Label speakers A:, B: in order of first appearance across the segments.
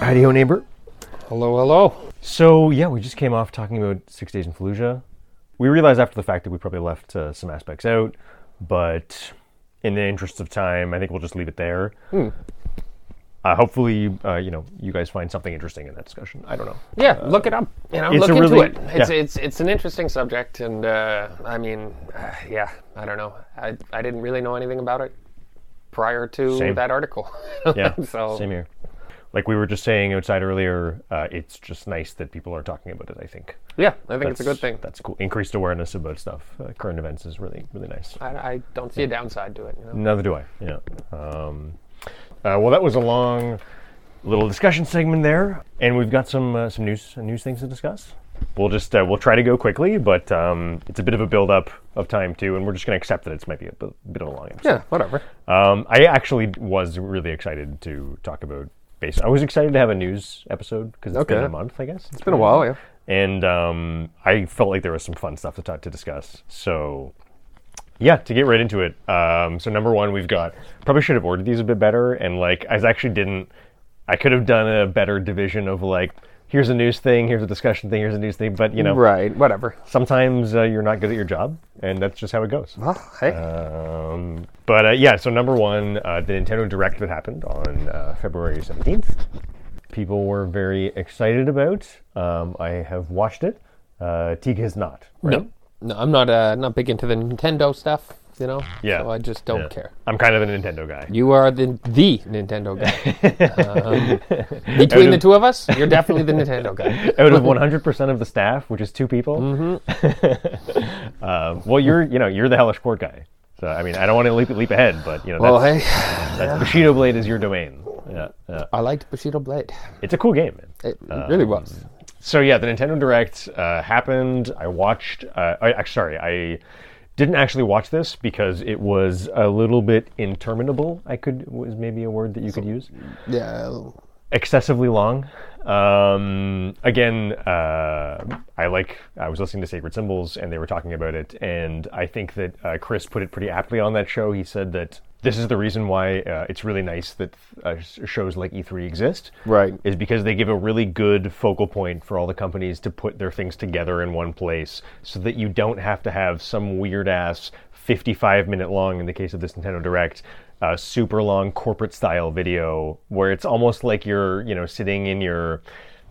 A: Howdy, neighbor.
B: Hello, hello.
A: So yeah, we just came off talking about Six Days in Fallujah. We realized after the fact that we probably left uh, some aspects out, but in the interest of time, I think we'll just leave it there.
B: Hmm.
A: Uh, hopefully, uh, you know, you guys find something interesting in that discussion. I don't know.
B: Yeah, look it up. You know,
A: it's
B: look
A: a
B: into
A: really-
B: it. It's,
A: yeah.
B: it's it's an interesting subject, and uh, I mean, uh, yeah, I don't know. I I didn't really know anything about it prior to
A: Same.
B: that article.
A: Yeah,
B: so
A: same here. Like we were just saying outside earlier, uh, it's just nice that people are talking about it. I think
B: yeah, I think it's a good thing.
A: That's cool. Increased awareness about stuff, uh, current events is really really nice.
B: I, I don't see a downside to it. You know?
A: Neither do I. Yeah. Um, uh, well, that was a long little discussion segment there, and we've got some uh, some news news things to discuss. We'll just uh, we'll try to go quickly, but um, it's a bit of a build up of time too, and we're just going to accept that it's might be a bit, bit of a long episode.
B: Yeah, whatever.
A: Um, I actually was really excited to talk about base. I was excited to have a news episode because it's been
B: Okay.
A: a month, I guess.
B: It's been a while, yeah.
A: and um, I felt like there was some fun stuff to talk, to discuss. So, yeah, to get right into it. Um, so number one, we've got probably should have ordered these a bit better, and like I actually didn't. I could have done a better division of like here's a news thing, here's a discussion thing, here's a news thing, but you know,
B: Right, whatever.
A: sometimes uh, you're not good at your job, and that's just how it goes.
B: Oh, hey,
A: Um, but uh, yeah, so number one, uh, the Nintendo Direct that happened on uh, February 17th, people were very excited about. Um, I have watched it. Uh, Tika has not. Right?
B: no, no, I'm not uh, not big into the Nintendo stuff. You know,
A: Yeah.
B: So I just don't
A: Yeah.
B: care.
A: I'm kind of a Nintendo guy.
B: You are the the Nintendo guy. um, between the
A: of-
B: two of us, you're definitely the Nintendo guy.
A: Out of 100% of the staff, which is two people,
B: Mm-hmm.
A: um, well, you're you know you're the hellish court guy. So I mean, I don't want to leap, leap ahead, but you know,
B: Well,
A: that's,
B: hey,
A: that's Bushido Blade is your domain. Yeah, yeah.
B: I liked Bushido Blade.
A: it's a cool game, man.
B: It
A: Um,
B: really was.
A: So yeah, the Nintendo Direct uh, happened. I watched. Uh, I, I- sorry, I didn't actually watch this because it was a little bit interminable. I could was maybe a word that you could use.
B: Yeah.
A: Excessively long. Um, again, uh, I like. I was listening to Sacred Symbols, and they were talking about it, and I think that uh, Chris put it pretty aptly on that show. He said that this is the reason why uh, it's really nice that uh, sh- shows like E3 exist
B: Right.
A: is because they give a really good focal point for all the companies to put their things together in one place so that you don't have to have some weird ass 55 minute long, in the case of this Nintendo Direct, uh, super long corporate style video where it's almost like you're, you know, sitting in your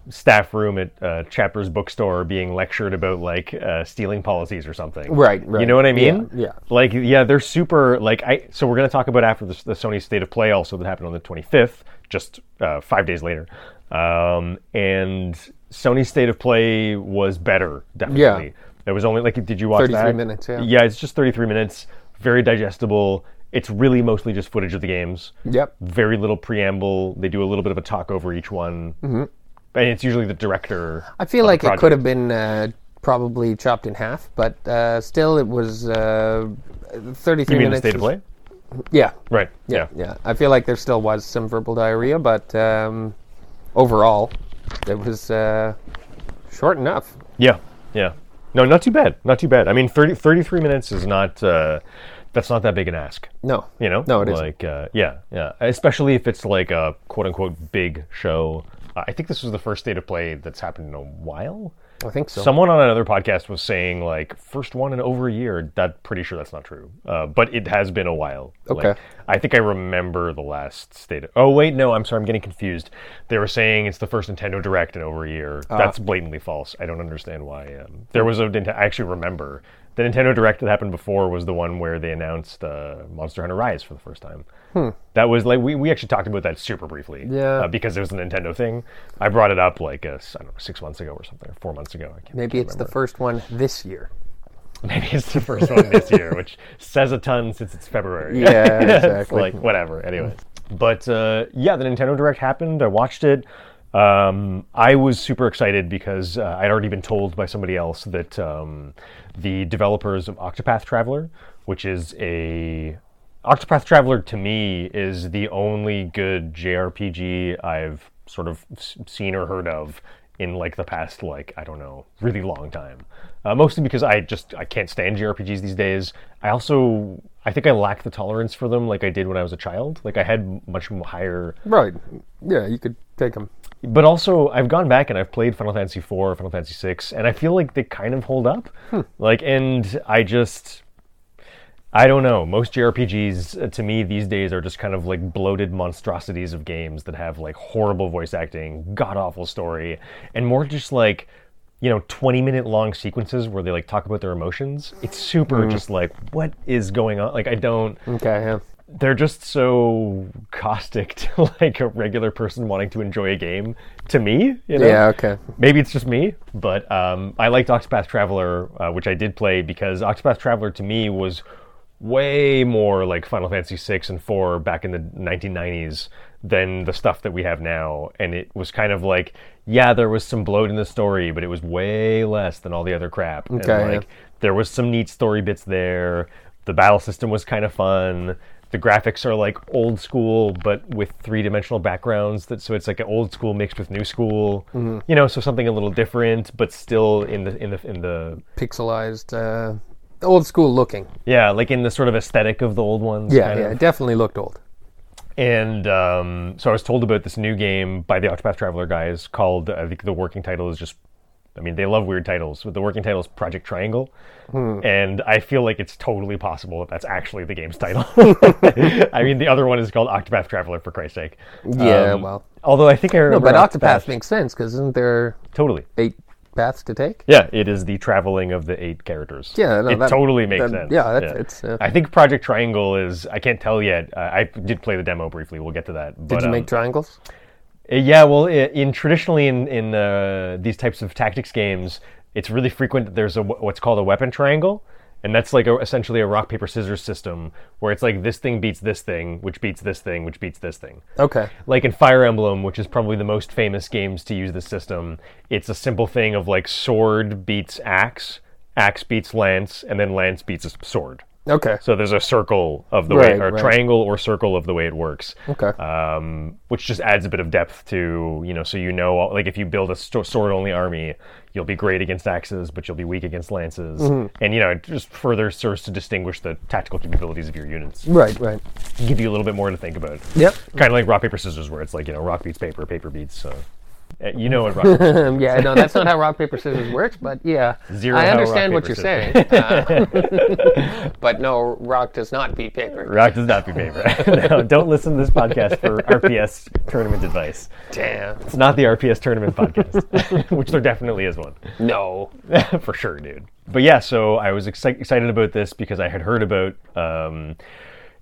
A: staff room at uh, Chapper's bookstore being lectured about like uh, stealing policies or something.
B: Right,
A: You
B: right.
A: know what I mean?
B: Yeah, yeah.
A: like yeah they're super like i so we're going to talk about after the, the sony state of play also that happened on the 25th just uh, five days later um, and sony state of play was better definitely it was only like did you watch
B: 33
A: that?
B: minutes, yeah.
A: yeah it's just 33 minutes very digestible it's really mostly just footage of the games
B: Yep.
A: very little preamble they do a little bit of a talk over each one
B: Mm-hmm.
A: and it's usually the director
B: I feel
A: of the
B: like it
A: project.
B: could have been uh, probably chopped in half, but uh, still, it was uh, 33
A: you mean the
B: minutes.
A: state of
B: was-
A: play
B: Yeah.
A: right
B: Yeah. Yeah. I feel like there still was some verbal diarrhea, but um, overall, it was uh, short enough.
A: Yeah, yeah. No, not too bad. Not too bad. I mean, 30, 33 minutes is not. Uh, that's not that big an ask.
B: No.
A: You know.
B: No, it isn't.
A: Like, uh, yeah, yeah. Especially if it's like a quote unquote big show. Uh, I think this was the first state of play that's happened in a while.
B: I think so.
A: Someone on another podcast was saying like first one in over a year. That pretty sure that's not true. Uh, but it has been a while. Like,
B: Okay.
A: I think I remember the last state. Of, oh wait, no, I'm sorry, I'm getting confused. They were saying it's the first Nintendo Direct in over a year.
B: Ah.
A: That's blatantly false. I don't understand why. Um, there was a Nint- I actually remember the Nintendo Direct that happened before was the one where they announced uh, Monster Hunter Rise for the first time. That was like we, we actually talked about that super briefly.
B: Hmm. Yeah.
A: uh, because it was a Nintendo thing. I brought it up like uh, s- I don't know six months ago or something, or four months ago. I can't
B: Maybe it's the first one this year.
A: Maybe it's the first one this year, which says a ton since it's February.
B: Yeah,
A: It's
B: exactly.
A: like whatever. Anyways, but uh, yeah, the Nintendo Direct happened. I watched it. Um, I was super excited because uh, I'd already been told by somebody else that um, the developers of Octopath Traveler, which is a Octopath Traveler to me is the only good JRPG I've sort of s- seen or heard of in like the past like I don't know really long time. Uh, mostly because I just I can't stand JRPGs these days. I also I think I lack the tolerance for them like I did when I was a child. Like I had much higher
B: Right. Yeah, you could take them.
A: but also I've gone back and I've played Final Fantasy IV, Final Fantasy VI, and I feel like they kind of hold up. Like, and I just, I don't know. Most JRPGs uh, to me these days are just kind of like bloated monstrosities of games that have like horrible voice acting, god awful story, and more just like. You know, twenty-minute long sequences where they like talk about their emotions. It's super, just like what is going on. Like I don't
B: Okay. Yeah.
A: they're just so caustic to like a regular person wanting to enjoy a game to me you know
B: Yeah. Okay.
A: maybe it's just me but um, i liked octopath traveler uh, which i did play because octopath traveler to me was way more like final fantasy 6 and 4 back in the 1990s than the stuff that we have now and it was kind of like yeah there was some bloat in the story but it was way less than all the other crap And,
B: Okay, yeah.
A: like, there was some neat story bits there. The battle system was kind of fun. The graphics are like old school, but with three dimensional backgrounds. That so it's like an old school mixed with new school.
B: Mm-hmm.
A: You know, so something a little different, but still in the in the in the
B: Pixelized, uh, old school looking.
A: yeah, like in the sort of aesthetic of the old ones.
B: Yeah.
A: kind
B: Yeah.
A: of.
B: It definitely looked old.
A: And um, so I was told about this new game by the Octopath Traveler guys called, I think the working title is just, I mean, they love weird titles, but the working title is Project Triangle.
B: Hmm.
A: And I feel like it's totally possible that that's actually the game's title. I mean, the other one is called Octopath Traveler, for Christ's sake. Um,
B: Yeah, well.
A: Although I think I remember.
B: But Octopath makes sense because isn't there
A: Totally.
B: eight paths to take?
A: Yeah, it is the traveling of the eight characters.
B: Yeah, no,
A: it
B: that-
A: totally makes
B: that-
A: sense.
B: yeah, that's- it's, uh,
A: I think Project Triangle is. I can't tell yet. Uh, I did play the demo briefly. We'll get to that.
B: Did
A: but,
B: you
A: um,
B: make triangles?
A: Uh, Yeah, well, i- in traditionally in in uh, these types of tactics games, it's really frequent that there's a w- what's called a weapon triangle, and that's like a, essentially a rock paper scissors system where it's like this thing beats this thing, which beats this thing, which beats this thing.
B: Okay.
A: Like in Fire Emblem, which is probably the most famous games to use this system, it's a simple thing of like sword beats axe, axe beats lance, and then lance beats a s- sword.
B: Okay.
A: So there's a circle of the way,
B: Right,
A: or
B: right.
A: triangle or circle of the way it works
B: Okay.
A: um, which just adds a bit of depth to you know. So you know, like if you build a sto- sword-only army, you'll be great against axes, but you'll be weak against lances, and you know, it just further serves to distinguish the tactical capabilities of your units,
B: right. Right.
A: give you a little bit more to think about.
B: Yep.
A: Kind of like rock paper scissors, where it's like you know, rock beats paper, paper beats. Uh, uh, you know what rock paper scissors
B: Um, yeah. No, that's not how rock paper scissors works. But yeah,
A: Zero
B: I
A: how rock,
B: understand what you're
A: paper,
B: saying. Uh, but no, rock does not beat paper.
A: Rock does not be paper. no, don't listen to this podcast for RPS tournament advice.
B: Damn.
A: It's not the RPS tournament podcast, which there definitely is one.
B: No.
A: for sure, dude. But yeah, so I was exci- excited about this because I had heard about um,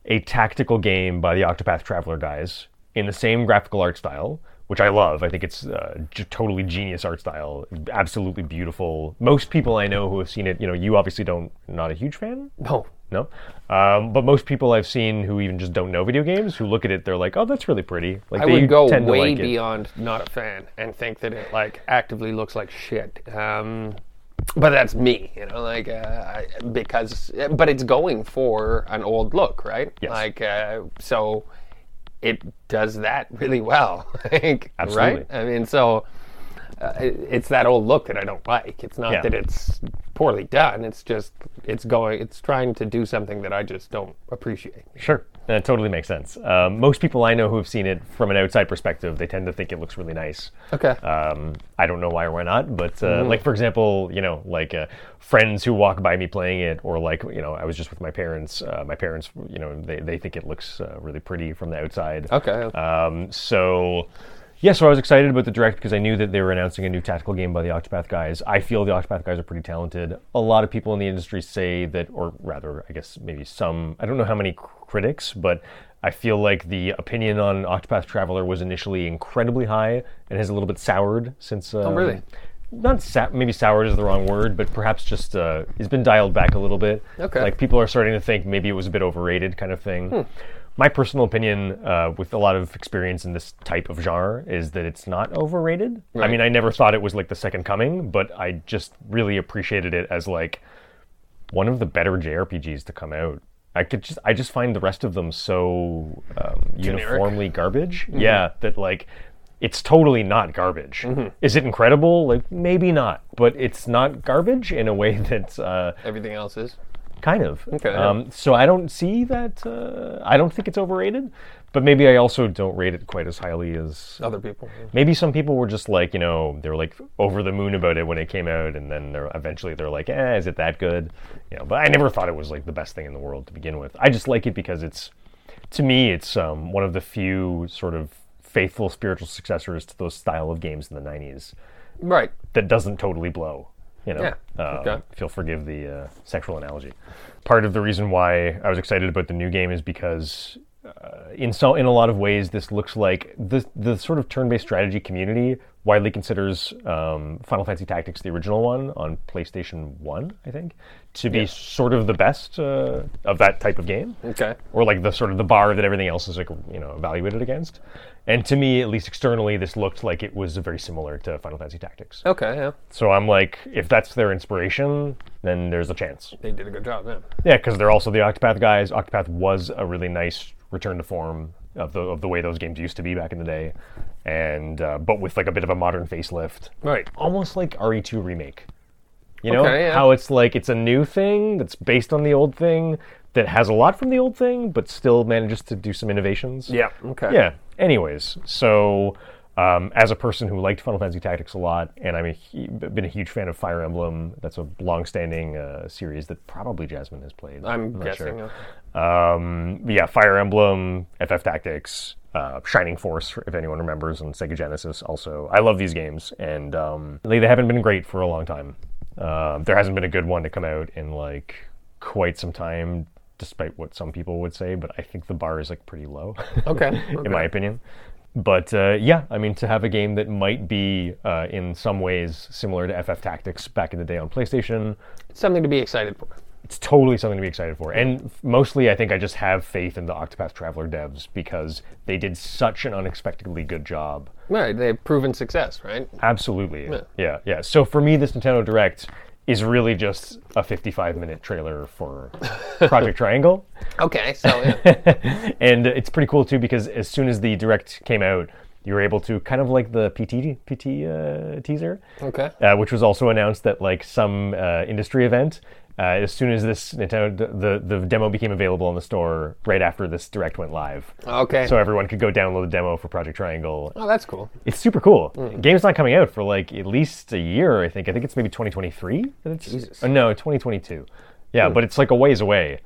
A: a tactical game by the Octopath Traveler guys in the same graphical art style, which I love. I think it's uh, j- totally genius art style, absolutely beautiful. Most people I know who have seen it, you know, you obviously don't, not a huge fan.
B: No.
A: No, um, but most people I've seen who even just don't know video games who look at it, they're like, "Oh, that's really pretty." Like
B: I
A: they
B: would go
A: tend to
B: way
A: like it.
B: beyond not a fan and think that it like actively looks like shit. Um, but that's me, you know, like uh, I, because but it's going for an old look, right?
A: Yes.
B: Like uh, so, it does that really well. like,
A: Absolutely.
B: Right. I mean, so. Uh, it- it's that old look that I don't like. It's not
A: Yeah.
B: that it's poorly done. It's just it's going. It's trying to do something that I just don't appreciate.
A: Sure, that totally makes sense. Um, most people I know who have seen it from an outside perspective, they tend to think it looks really nice.
B: Okay.
A: Um, I don't know why or why not, but uh, like for example, you know, like uh, friends who walk by me playing it, or like you know, I was just with my parents. Uh, my parents, you know, they they think it looks uh, really pretty from the outside.
B: okay.
A: Um, so, yeah, so I was excited about the direct because I knew that they were announcing a new tactical game by the Octopath guys. I feel the Octopath guys are pretty talented. A lot of people in the industry say that, or rather, I guess maybe some, I don't know how many critics, but I feel like the opinion on Octopath Traveler was initially incredibly high and has a little bit soured since. Um,
B: really?
A: Not sa- maybe soured is the wrong word, but perhaps just uh, it's been dialed back a little bit.
B: Okay. Hmm.
A: Like people are starting to think maybe it was a bit overrated kind of thing. My personal opinion, uh, with a lot of experience in this type of genre, is that it's not overrated. I
B: Right.
A: mean, I never thought it was like the second coming, but I just really appreciated it as like one of the better JRPGs to come out. I could just I just find the rest of them so um, uniformly garbage. Yeah, that like it's totally not garbage. Is it incredible? Like maybe not, but it's not garbage in a way that uh,
B: Everything else is
A: Kind of.
B: Okay.
A: Um, so I don't see that. Uh, I don't think it's overrated, but maybe I also don't rate it quite as highly as
B: Other people.
A: Mm-hmm. maybe some people were just like you know they were like over the moon about it when it came out, and then they're eventually they're like, eh, is it that good? You know, but I never thought it was like the best thing in the world to begin with. I just like it because it's to me it's um, one of the few sort of faithful spiritual successors to those style of games in the '90s
B: Right.
A: that doesn't totally blow. You know,
B: Yeah,
A: Um,
B: okay.
A: if you'll forgive the uh, sexual analogy. Part of the reason why I was excited about the new game is because, uh, in so in a lot of ways, this looks like the the sort of turn-based strategy community widely considers um, Final Fantasy Tactics, the original one on PlayStation One, I think, to be sort of the best uh, of that type of game
B: Okay.
A: or like the sort of the bar that everything else is like you know evaluated against. And to me, at least externally, this looked like it was very similar to Final Fantasy Tactics.
B: Okay. Yeah.
A: So I'm like, if that's their inspiration, then there's a chance.
B: They did a good job. Yeah.
A: Yeah, because they're also the Octopath guys. Octopath was a really nice return to form of the of the way those games used to be back in the day, and uh, but with like a bit of a modern facelift,
B: Right.
A: almost like RE2 remake. You know
B: Okay, yeah.
A: how it's like it's a new thing that's based on the old thing that has a lot from the old thing, but still manages to do some innovations.
B: Yeah. Okay.
A: Yeah. Anyways, so um, as a person who liked Final Fantasy Tactics a lot, and I'm a, hu- been a huge fan of Fire Emblem. That's a long-standing uh, series that probably Jasmine has played.
B: I'm,
A: not
B: guessing.
A: sure.
B: uh,
A: Um, yeah, Fire Emblem, FF Tactics, uh, Shining Force, if anyone remembers, and Sega Genesis. Also, I love these games, and um, they, they haven't been great for a long time. Um there hasn't been a good one to come out in like quite some time, despite what some people would say. But I think the bar is like pretty low.
B: Okay.
A: in my opinion. But uh, yeah, I mean, to have a game that might be uh, in some ways similar to FF Tactics back in the day on PlayStation,
B: Something to be excited for.
A: it's totally something to be excited for. And f- mostly, I think I just have faith in the Octopath Traveler devs because they did such an unexpectedly good job.
B: Right. They've proven success. Right.
A: Absolutely. Yeah. yeah, So for me, this Nintendo Direct is really just a 55 minute trailer for Project Triangle.
B: Okay. So yeah.
A: and it's pretty cool too because as soon as the direct came out, you were able to kind of like the PT PT uh, teaser,
B: okay.
A: uh, which was also announced at like some uh, industry event. Uh, as soon as this Nintendo the the demo became available in the store right after this direct went live,
B: Okay.
A: so everyone could go download the demo for Project Triangle.
B: Oh, that's cool.
A: It's super cool.
B: Mm-hmm.
A: Game's not coming out for like at least a year, I think. I think it's maybe 2023 that it's.
B: Jesus. Hmm.
A: Oh, no, 2022. Yeah, but it's like a ways away.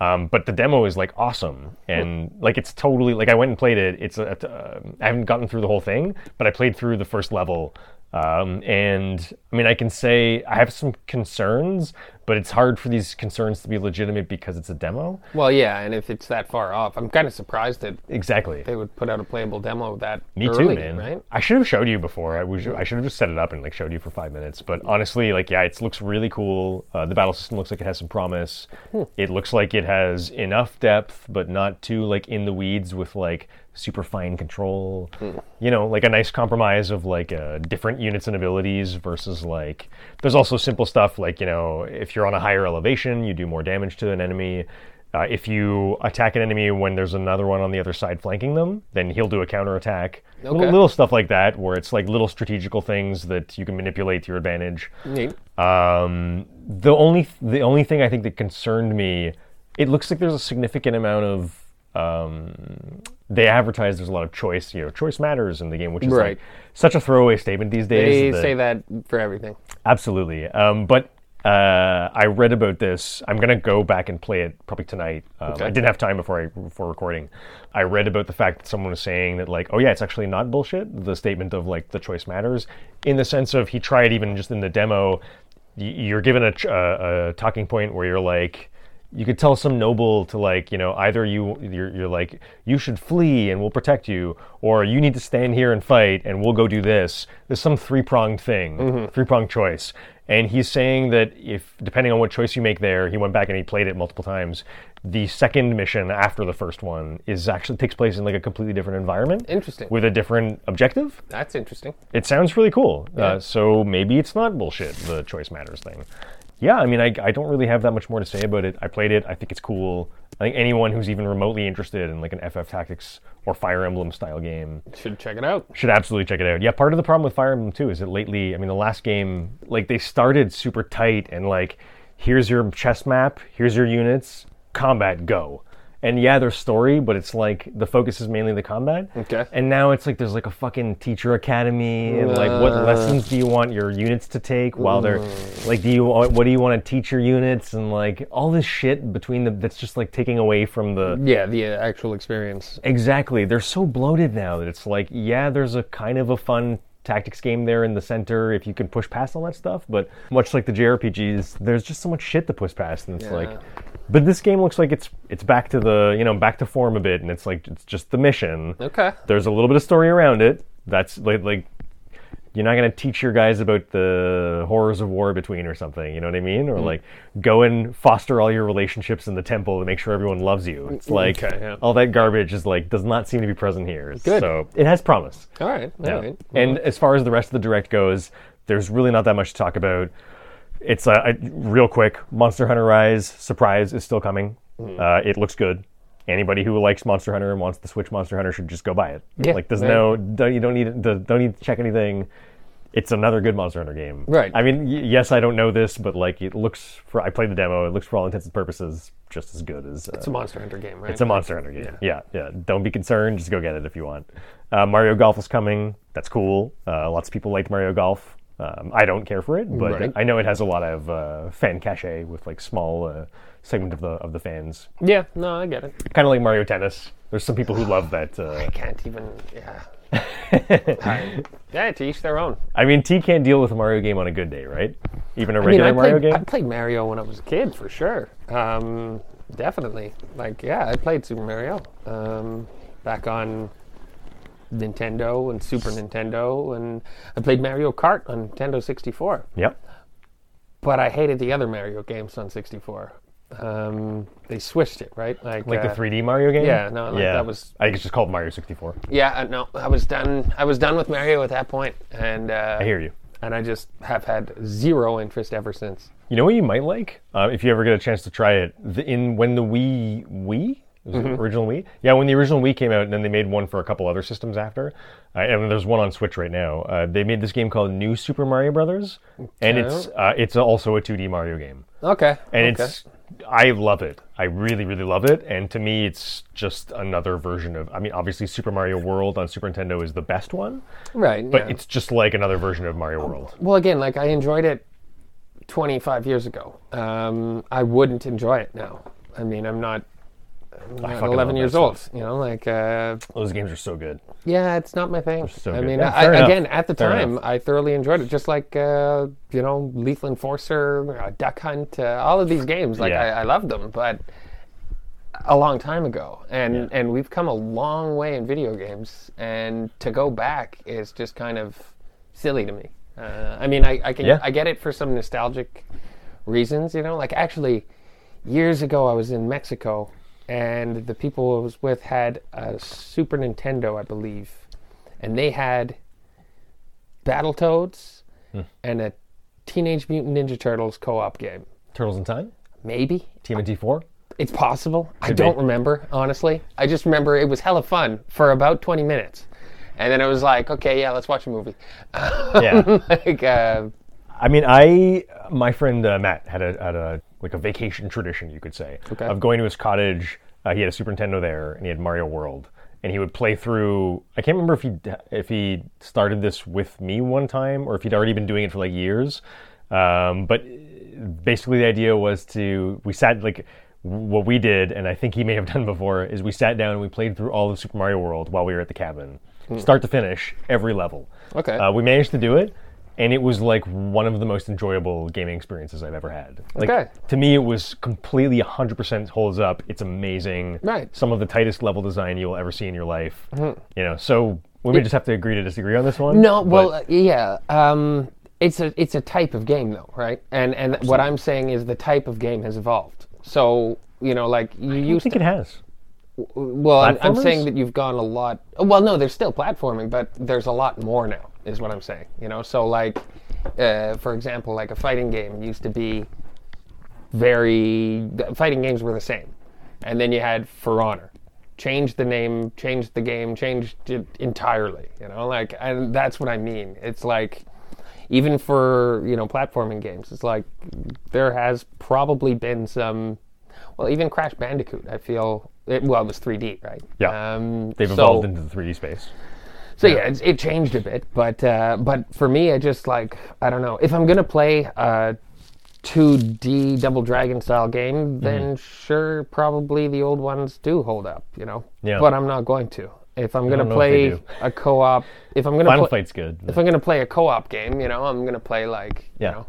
A: Um, but the demo is like awesome, and
B: Hmm.
A: like it's totally like I went and played it. It's a, uh, I haven't gotten through the whole thing, but I played through the first level, um, and I mean I can say I have some concerns, but it's hard for these concerns to be legitimate because it's a demo.
B: Well, yeah, and if it's that far off, I'm kind of surprised that
A: Exactly.
B: they would put out a playable demo of that
A: Me too,
B: early,
A: man.
B: right?
A: I should have showed you before. I was I should have just set it up and like showed you for five minutes. But honestly, like yeah, it looks really cool. Uh, the battle system looks like it has some promise. It looks like it has enough depth, but not too like in the weeds with like super fine control. You know, like a nice compromise of like uh, different units and abilities versus like there's also simple stuff like you know if you're on a higher elevation, you do more damage to an enemy. Uh, if you attack an enemy when there's another one on the other side flanking them, then he'll do a counterattack. Little,
B: Okay.
A: little stuff like that, where it's like little strategical things that you can manipulate to your advantage.
B: Neat.
A: Um, the only the only thing I think that concerned me, it looks like there's a significant amount of um, they advertise there's a lot of choice. You know, choice matters in the game, which is
B: Right.
A: like such a throwaway statement these
B: They
A: days. that-
B: say that for everything.
A: Absolutely. Um, but uh, I read about this. I'm gonna go back and play it probably tonight. Um, I didn't have time before I before recording. I read about the fact that someone was saying that like, oh yeah, it's actually not bullshit. The statement of like the choice matters in the sense of he tried even just in the demo. y- You're given a, ch- a, a talking point where you're like, you could tell some noble to like you know either you you're, you're like you should flee and we'll protect you or you need to stand here and fight and we'll go do this there's some three-pronged thing three-pronged choice and he's saying that if depending on what choice you make there he went back and he played it multiple times the second mission after the first one is actually takes place in like a completely different environment
B: Interesting.
A: with a different objective
B: That's interesting.
A: it sounds really cool. Uh, so maybe it's not bullshit, the choice matters thing. Yeah, I mean, I, I don't really have that much more to say about it. I played it. I think it's cool. I think anyone who's even remotely interested in like an FF Tactics or Fire Emblem style game
B: Should check it out.
A: should absolutely check it out. Yeah, part of the problem with Fire Emblem too is that lately, I mean, the last game, like they started super tight and like here's your chess map, here's your units, combat, go. And yeah, there's story, but it's like the focus is mainly the combat.
B: Okay.
A: And now it's like there's like a fucking teacher academy and like what lessons do you want your units to take while they're like do you want- what do you want to teach your units and like all this shit between the that's just like taking away from the
B: Yeah, the uh, actual experience.
A: Exactly. They're so bloated now that it's like, yeah, there's a kind of a fun tactics game there in the center if you can push past all that stuff, but much like the JRPGs, there's just so much shit to push past and it's like but this game looks like it's it's back to the, you know, back to form a bit and it's like it's just the mission.
B: Okay.
A: There's a little bit of story around it. That's like like you're not going to teach your guys about the horrors of war between or something, you know what I mean? Or like go and foster all your relationships in the temple to make sure everyone loves you. It's like
B: Okay, yeah.
A: all that garbage is like does not seem to be present here.
B: Good.
A: So it has promise.
B: All right. All right.
A: Yeah. And as far as the rest of the direct goes, there's really not that much to talk about. It's uh, I, real quick. Monster Hunter Rise surprise is still coming.
B: Mm-hmm.
A: Uh, it looks good. Anybody who likes Monster Hunter and wants to switch Monster Hunter should just go buy it.
B: Yeah,
A: like there's
B: right.
A: no don't, you don't need to- don't need to check anything. It's another good Monster Hunter game.
B: Right.
A: I mean, y- yes, I don't know this, but like it looks for I played the demo. It looks for all intents and purposes just as good as uh,
B: It's a Monster Hunter game, right?
A: it's a Monster Hunter game. Yeah. yeah, Don't be concerned. Just go get it if you want. Uh, Mario Golf is coming. That's cool. Uh, lots of people liked Mario Golf. Um, I don't care for it, but
B: Right.
A: I know it has a lot of uh, fan cachet with like small uh, segment of the of the fans.
B: yeah. No, I get it.
A: Kind of like Mario Tennis. There's some people who love that. Uh,
B: I can't even. Yeah. I, yeah. To each their own.
A: I mean, T can't deal with a Mario game on a good day, right? Even a
B: I mean,
A: regular
B: I
A: Mario
B: played, I
A: game.
B: played Mario when I was a kid for sure. Um, definitely. Like, yeah, I played Super Mario um, back on Nintendo and Super Nintendo, and I played Mario Kart on Nintendo 64.
A: Yep.
B: But I hated the other Mario games on 64. Um, they switched it, right? Like,
A: Like
B: uh,
A: the 3D Mario game.
B: yeah, no, like, that was-
A: I think it's just called Mario 64.
B: Yeah, uh, no, I was done. I was done with Mario at that point, and uh,
A: I hear you.
B: and I just have had zero interest ever since.
A: You know what you might like uh, if you ever get a chance to try it. The, in when the Wii Wii was it
B: Mm-hmm.
A: original Wii, yeah, when the original Wii came out, and then they made one for a couple other systems after. Uh, and there's one on Switch right now. Uh, they made this game called New Super Mario Brothers, and it's uh, it's also a 2D Mario game,
B: Okay,
A: and
B: okay.
A: it's I love it. I really really love it, and to me, it's just another version of. I mean, obviously, Super Mario World on Super Nintendo is the best one,
B: right,
A: but
B: yeah.
A: it's just like another version of Mario World.
B: well again like i enjoyed it 25 years ago um, i wouldn't enjoy it now i mean i'm not, I'm not
A: fucking
B: 11
A: love
B: years
A: that
B: old you know like uh,
A: Those games are so good.
B: yeah it's not my thing
A: so
B: i
A: good.
B: mean
A: Yeah,
B: I,
A: fair enough.
B: again at the
A: Fair
B: time i thoroughly enjoyed it just like uh, you know lethal enforcer uh, duck hunt uh, all of these games like
A: Yeah.
B: I, I loved them but a long time ago and and we've come a long way in video games and to go back is just kind of silly to me uh, i mean i, I can
A: Yeah.
B: i get it for some nostalgic reasons you know like actually years ago i was in mexico and the people i was with had a super nintendo i believe and they had battletoads and a teenage mutant ninja turtles co-op game
A: Turtles in Time,
B: maybe
A: TMNT Four.
B: it's possible. I
A: Could be.
B: don't remember, honestly. I just remember it was hella fun for about 20 minutes. And then it was like, okay, yeah, let's watch a movie.
A: Yeah.
B: like, uh,
A: I mean, I my friend uh, Matt had a had a like a vacation tradition, you could say,
B: Okay.
A: of going to his cottage. Uh, he had a Super Nintendo there, and he had Mario World, and he would play through. I can't remember if he if he started this with me one time or if he'd already been doing it for like years. Um, but basically, the idea was to we sat like what we did, and I think he may have done before, is we sat down and we played through all of Super Mario World while we were at the cabin, start to finish, every level.
B: Okay.
A: Uh, we managed to do it, and it was like one of the most enjoyable gaming experiences I've ever had. Like,
B: Okay.
A: To me, it was completely 100% holds up. It's amazing.
B: Right. Mm-hmm.
A: Some of the tightest level design you'll ever see in your life. You know, so we may just have to agree to disagree on this one.
B: no,
A: but-
B: well, uh, yeah. Um, it's a it's a type of game though, right? And and what I'm saying is the type of game has evolved. So you know, like you
A: I
B: used
A: think it has.
B: Well, I'm, I'm
A: Platformers?
B: saying that you've gone a lot. Well, no, there's still platforming, but there's a lot more now, is what I'm saying. You know, so like, uh, for example, like a fighting game used to be very. the Fighting games were the same, and then you had For Honor, changed the name, changed the game, changed it entirely. You know, like, and that's what I mean. It's like even for you know platforming games. It's like there has probably been some. Well, even Crash Bandicoot, I feel. It, well, it was 3D, right?
A: Yeah.
B: Um,
A: They've
B: so-
A: evolved into the 3D space.
B: so yeah, it's it changed a bit, but uh, but for me, I just like I don't know if I'm gonna play a 2D Double Dragon style
A: Mm-hmm.
B: game, then sure, probably the old ones do hold up, you know.
A: Yeah.
B: But I'm not going to. If I'm gonna
A: don't know if they
B: play
A: do.
B: a co-op, if I'm gonna
A: Final
B: play,
A: Fight's good.
B: if I'm gonna play a co-op game, you know, I'm gonna play like
A: Yeah.
B: you know,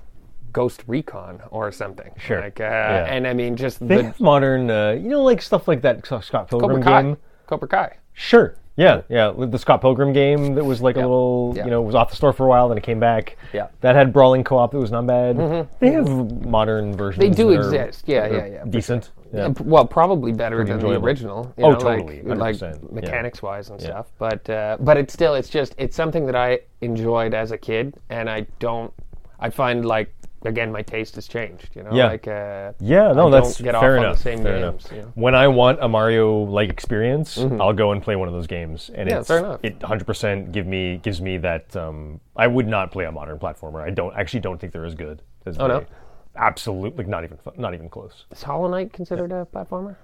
B: Ghost Recon or something.
A: Sure.
B: Like, uh,
A: Yeah.
B: and I mean just
A: They
B: the
A: have modern, uh, you know, like stuff like that Scott
B: Cobra
A: Pilgrim
B: Kai.
A: game.
B: Cobra Kai.
A: Sure. Yeah, yeah. The Scott Pilgrim game that was like a little,
B: yeah.
A: you know, was off the store for a while, then it came back.
B: Yeah. Mm-hmm.
A: That had brawling co-op that was not bad. They have modern versions.
B: They do
A: that are-
B: exist. Yeah,
A: that are
B: yeah, yeah, for
A: Decent. Yeah.
B: Uh, p- Well, probably better than the
A: enjoyable.
B: original. you
A: Oh,
B: know, like-
A: totally,
B: Like,
A: 100%, yeah.
B: mechanics wise and stuff. But uh, but it's still it's just it's something that I enjoyed as a kid, and I don't. I find like again my taste has changed. You know,
A: Yeah.
B: like uh,
A: Yeah, no,
B: I
A: that's
B: don't get
A: fair
B: off
A: enough.
B: on the same
A: fair
B: games.
A: enough.
B: you know.
A: When I want a Mario like experience, I'll go and play one of those games, and
B: Yeah,
A: it's,
B: fair enough.
A: it 100% give me gives me that. Um, I would not play a modern platformer. I don't actually don't think they're as good. As oh
B: no?
A: absolutely not even fu- not even close.
B: Is Hollow Knight considered a platformer?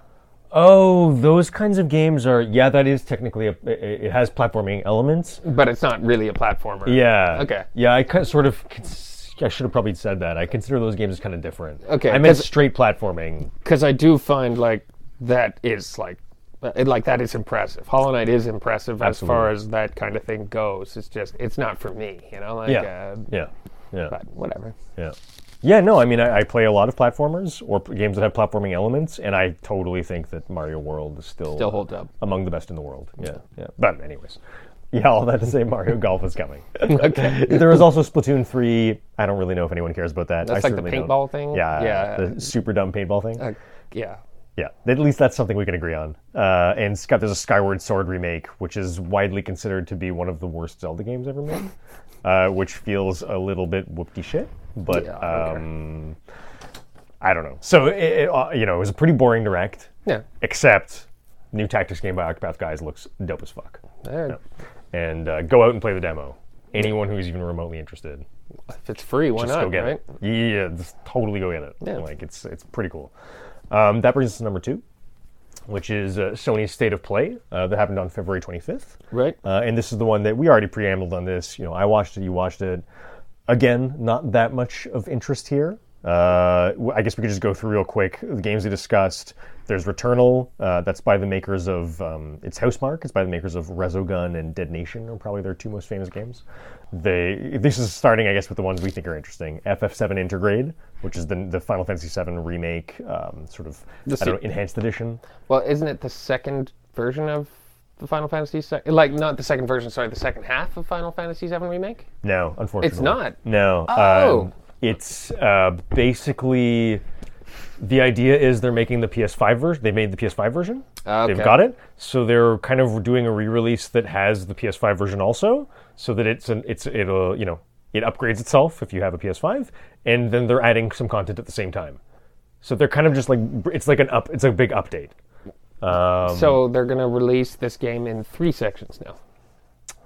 A: Oh, those kinds of games are yeah. That is technically a, it, it has platforming elements.
B: But it's not really a platformer.
A: Yeah.
B: Okay.
A: Yeah, I kind of, sort of. cons- I should have probably said that. I consider those games kind of different.
B: Okay,
A: I meant
B: 'cause-
A: straight platforming.
B: because I do find like that is like uh, like that is impressive. Hollow Knight is impressive
A: Absolutely.
B: as far as that kind of thing goes. It's just it's not for me. You know, like
A: Yeah.
B: uh,
A: yeah. Yeah.
B: but whatever.
A: Yeah. Yeah, no, I mean, I, I play a lot of platformers or p- games that have platforming elements, and I totally think that Mario World is still,
B: Still holds up.
A: among the best in the world. Yeah, yeah. But, anyways, yeah, all that to say, Mario Golf is coming. okay. there was also Splatoon 3. I don't really know if anyone cares about that.
B: That's
A: I
B: like the
A: certainly
B: paintball
A: don't.
B: thing?
A: Yeah,
B: Yeah.
A: The super dumb paintball thing.
B: Like, yeah.
A: Yeah, at least that's something we can agree on. Uh, and Scott, there's a Skyward Sword remake, which is widely considered to be one of the worst Zelda games ever made, uh, which feels a little bit whoopty shit. But
B: Yeah, okay.
A: um, I don't know. So it, it, uh, you know, it was a pretty boring direct.
B: Yeah.
A: Except new tactics game by Octopath Guys looks dope as fuck.
B: There.
A: And uh, go out and play the demo. Anyone who's even remotely interested,
B: If it's free, why
A: just
B: not?
A: go get
B: right?
A: it. Yeah, just totally go get it.
B: Yeah.
A: Like it's it's pretty cool. Um, that brings us to number two, which is uh, Sony's State of Play uh, that happened on February 25th.
B: Right.
A: Uh, and this is the one that we already preambled on this. You know, I watched it, you watched it. Again, not that much of interest here. Uh, w- I guess we could just go through real quick the games we discussed. There's Returnal, uh, that's by the makers of um, it's Housemark. It's by the makers of Resogun and Dead Nation are probably their two most famous games. They this is starting, I guess, with the ones we think are interesting. FF7 Intergrade, which is the, the Final Fantasy VII remake, um, sort of I
B: se-
A: don't know, enhanced edition.
B: Well, isn't it the second version of the Final Fantasy? Se- like, not the second version. Sorry, the second half of Final Fantasy VII remake.
A: No, unfortunately,
B: not?
A: No.
B: Oh.
A: um, it's uh, basically the idea is they're making the PS5 version. They made the PS5 version.
B: Ah,
A: They've
B: okay.
A: got it. So they're kind of doing a re-release that has the PS5 version also, so that it's an it's it'll you know it upgrades itself if you have a PS5, and then they're adding some content at the same time. So they're kind of just like br- it's like an up it's a big update. Um,
B: so they're gonna release this game in three sections now.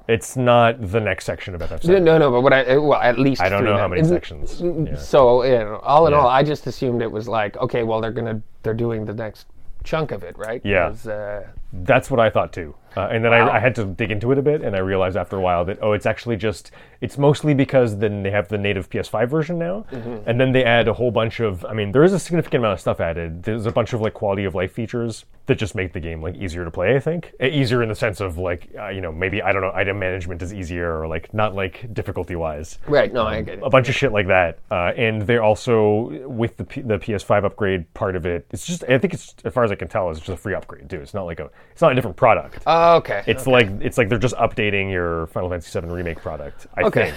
A: It's not the next section of FF7.
B: No, no, no. But what I uh, well, at least
A: I don't
B: three
A: know
B: now.
A: how many
B: Isn't- Mm,
A: sections. Yeah.
B: So you know, all in
A: Yeah.
B: all, I just assumed it was like, okay, well, they're gonna they're doing the next chunk of it, right?
A: Yeah.
B: 'Cause, uh,
A: That's what I thought too. Uh, and then
B: Wow.
A: I, I had to dig into it a bit, and I realized after a while that oh, it's actually just it's mostly because then they have the native PS5 version now, and then they add a whole bunch of. I mean, there is a significant amount of stuff added. There's a bunch of like quality of life features that just make the game like easier to play. I think E- easier in the sense of like uh, you know maybe I don't know item management is easier or like not like difficulty wise
B: right. No, I get it.
A: a bunch of shit like that. Uh, and they're also with the P- the PS5 upgrade part of it. It's just I think it's as far as I can tell, it's just a free upgrade too. It's not like a it's not a different product.
B: Oh, okay.
A: it's like it's like they're just updating your Final Fantasy VII remake product. I
B: Okay.
A: think,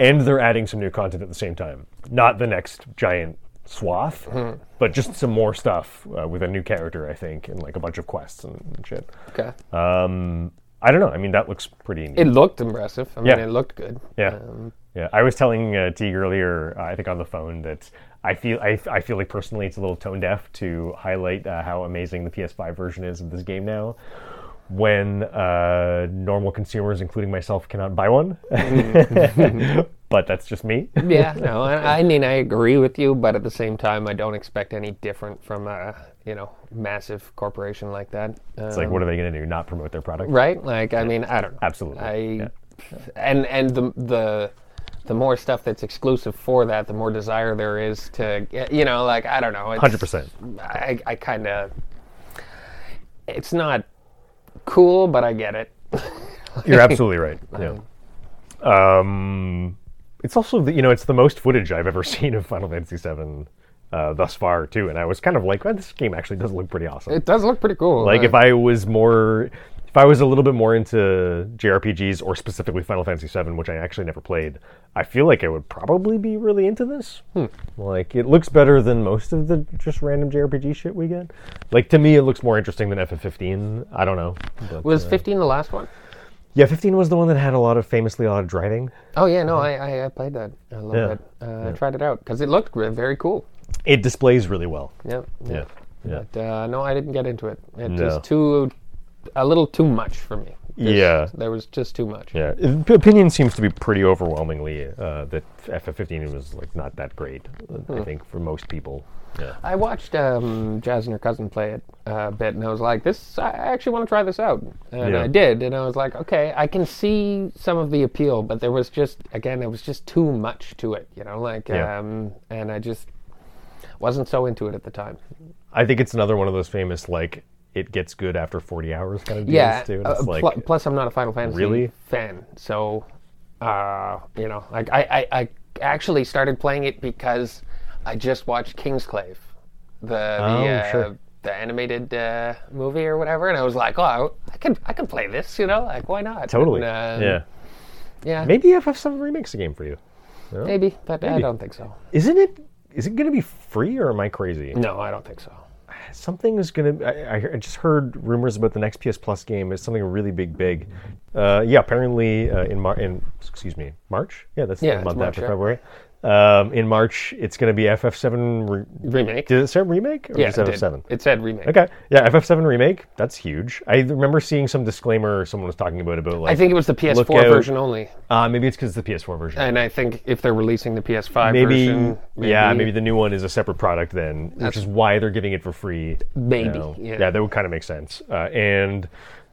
A: and they're adding some new content at the same time. Not the next giant swath,
B: Mm-hmm.
A: but just some more stuff uh, with a new character. I think and like a bunch of quests and, and shit.
B: okay.
A: Um, I don't know. I mean, that looks pretty. Neat.
B: It looked impressive. I mean,
A: Yeah.
B: it looked good.
A: Yeah,
B: Um,
A: yeah. I was telling uh, Teague earlier, uh, I think on the phone, that I feel I, I feel like personally it's a little tone deaf to highlight uh, how amazing the PS5 version is of this game now,
B: Mm-hmm.
A: when uh, normal consumers, including myself, cannot buy one. but that's just me.
B: yeah, no, I, I mean I agree with you, but at the same time, I don't expect any different from a you know massive corporation like that. Uh,
A: It's like, what are they going to do? Not promote their product?
B: Um, right? Like I mean, I don't know.
A: Absolutely.
B: I and and the the the more stuff that's exclusive for that, the more desire there is to you know, like I don't know. it's-
A: 100%.
B: I I kind of it's not cool, but I get it.
A: You're absolutely right. Yeah. Um, it's also the, you know it's the most footage I've ever seen of Final Fantasy VII uh, thus far too, and I was kind of like, "Oh, this game actually does look pretty awesome.
B: It does look pretty cool.
A: like if I was more, if I was a little bit more into JRPGs or specifically Final Fantasy VII, which I actually never played, I feel like I would probably be really into this. Like it looks better than most of the just random JRPG shit we get. Like to me, it looks more interesting than FF15. I don't know. but-
B: was 15 the last one?
A: yeah, 15 was the one that had a lot of famously a lot of driving.
B: Oh yeah, no, I, I, I played that a little
A: Uh-huh. Yeah.
B: bit. Uh, I tried it out because it looked re- very cool.
A: It displays really well.
B: Yeah,
A: Yeah. Yeah.
B: But uh, no, I didn't get into it. It
A: No.
B: was too, a little too much for me. Just-
A: Yeah.
B: there was just too much.
A: Uh. Yeah. P- Opinion seems to be pretty overwhelmingly uh, that FF15 was like not that great. I think for most people. Yeah.
B: I watched um, Jazz and her cousin play it uh, a bit, and I was like, "This, I actually want to try this out," and
A: Yeah.
B: I did, and I was like, "Okay, I can see some of the appeal, but there was just, again, there was just too much to it, you know, like,
A: Yeah.
B: um, and I just wasn't so into it at the time."
A: I think it's another one of those famous like it gets good after 40 hours kind of deals
B: yeah.
A: too. and
B: uh,
A: it's like
B: pl- plus, I'm not a Final Fantasy
A: Really?
B: fan, so uh, you know, like I, I, I actually started playing it because I just watched Kingsclave, the the,
A: Oh,
B: uh,
A: sure.
B: the animated uh, movie or whatever, and I was like, oh, I, I can I can play this, you know, like why not?
A: totally.
B: And, um,
A: uh, yeah.
B: yeah, maybe,
A: Maybe FF7 remakes a game for you.
B: but I
A: Maybe.
B: don't think so.
A: Isn't it? Is it going to be free or am I crazy?
B: No, I don't think so.
A: Something is going to. I, I just heard rumors about the next PS Plus game. It's something really big, big. Uh, yeah, apparently uh, in Mar- in excuse me, March. Yeah, that's
B: Yeah,
A: the
B: it's
A: month
B: March,
A: after
B: yeah.
A: February. Um, in March, it's going to be FF7. Re-
B: Remake.
A: did it say remake or
B: yeah,
A: just
B: it did.
A: FF7?
B: It said remake.
A: Okay, yeah, FF7 remake. That's huge. I remember seeing some disclaimer someone was talking about about like
B: I think it was the PS4
A: Look out.
B: version only,
A: uh, maybe it's because it's the PS4 version.
B: and I think if they're releasing the PS5
A: maybe,
B: version,
A: yeah, maybe the new one is a separate product then, which is why they're giving it for free.
B: Maybe,
A: now.
B: yeah.
A: that would kind of make sense. Uh, and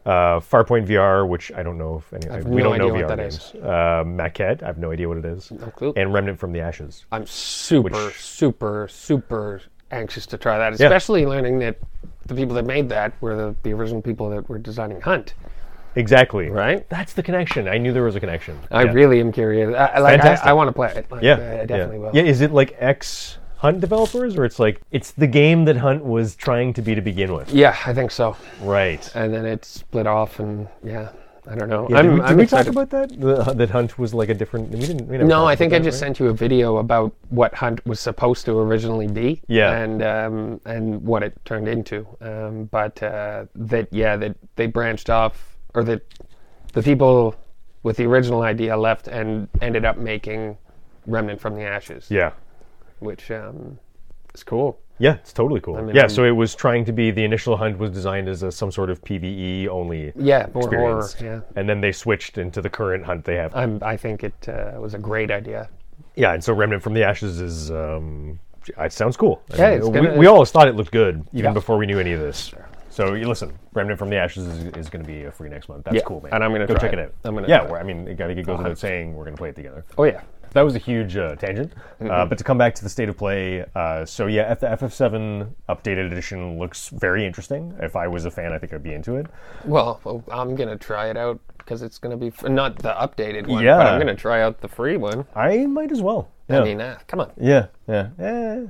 A: uh, Farpoint VR, which I don't know if any, we
B: no
A: don't know
B: idea
A: VR
B: what that
A: names. Uh, Maquette, I have no idea what it is.
B: clue.
A: And Remnant from the Ashes.
B: I'm super, super, super anxious to try that, especially learning that the people that made that were the, the original people that were designing Hunt.
A: Exactly.
B: Right.
A: That's the connection. I knew there was a connection.
B: I
A: yeah.
B: really am curious. I, I- like, I,
A: Fantastic.
B: I want to play it. Like,
A: Yeah,
B: I definitely
A: yeah.
B: will.
A: Yeah, is it like ex Hunt developers, or it's like it's the game that Hunt was trying to be to begin with?
B: Yeah, I think so.
A: Right.
B: And then it split off, and yeah, I don't know.
A: Yeah,
B: I'm,
A: did we, did
B: I'm
A: we talk
B: excited.
A: about that? The, that Hunt was like a different. We didn't. We never
B: no,
A: talked
B: I
A: about
B: think I
A: that,
B: just
A: right?
B: sent you a video about what Hunt was supposed to originally be,
A: Yeah.
B: and um, and what it turned into. Um, but uh, that yeah, that they branched off, or that the people with the original idea left and ended up making Remnant from the Ashes,
A: Yeah.
B: which um, is cool.
A: Yeah, it's totally cool.
B: mean,
A: yeah,
B: I'm-
A: so it was trying to be the initial Hunt was designed as a, some sort of PVE only.
B: Yeah, more
A: experience.
B: horror. Yeah,
A: And then they switched into the current Hunt they have.
B: I'm, I think it uh, was a great idea.
A: yeah, and so Remnant from the Ashes is. Um, it sounds cool. I
B: Yeah,
A: mean,
B: it's
A: we,
B: gonna-
A: we always thought it looked good even
B: Yeah.
A: before we knew any of this. So you listen, Remnant from the Ashes is, is going to be uh, free next month. That's
B: Yeah,
A: cool, man.
B: and I'm gonna
A: go
B: try
A: check it.
B: it.
A: out.
B: I'm gonna
A: yeah.
B: try it.
A: we're- I mean, it gotta- it goes without saying we're going to play it together.
B: Oh yeah,
A: That was a huge uh, tangent. Uh, but to come back to the state of play, uh, so yeah, F- the FF7 updated edition looks very interesting. If I was a fan, I think I'd be into it.
B: Well, well, I'm gonna try it out because it's gonna be fr- not the updated one,
A: Yeah.
B: but I'm gonna try out the free one.
A: I might as well. Yeah.
B: I mean, uh, come on.
A: Yeah, yeah. Eh,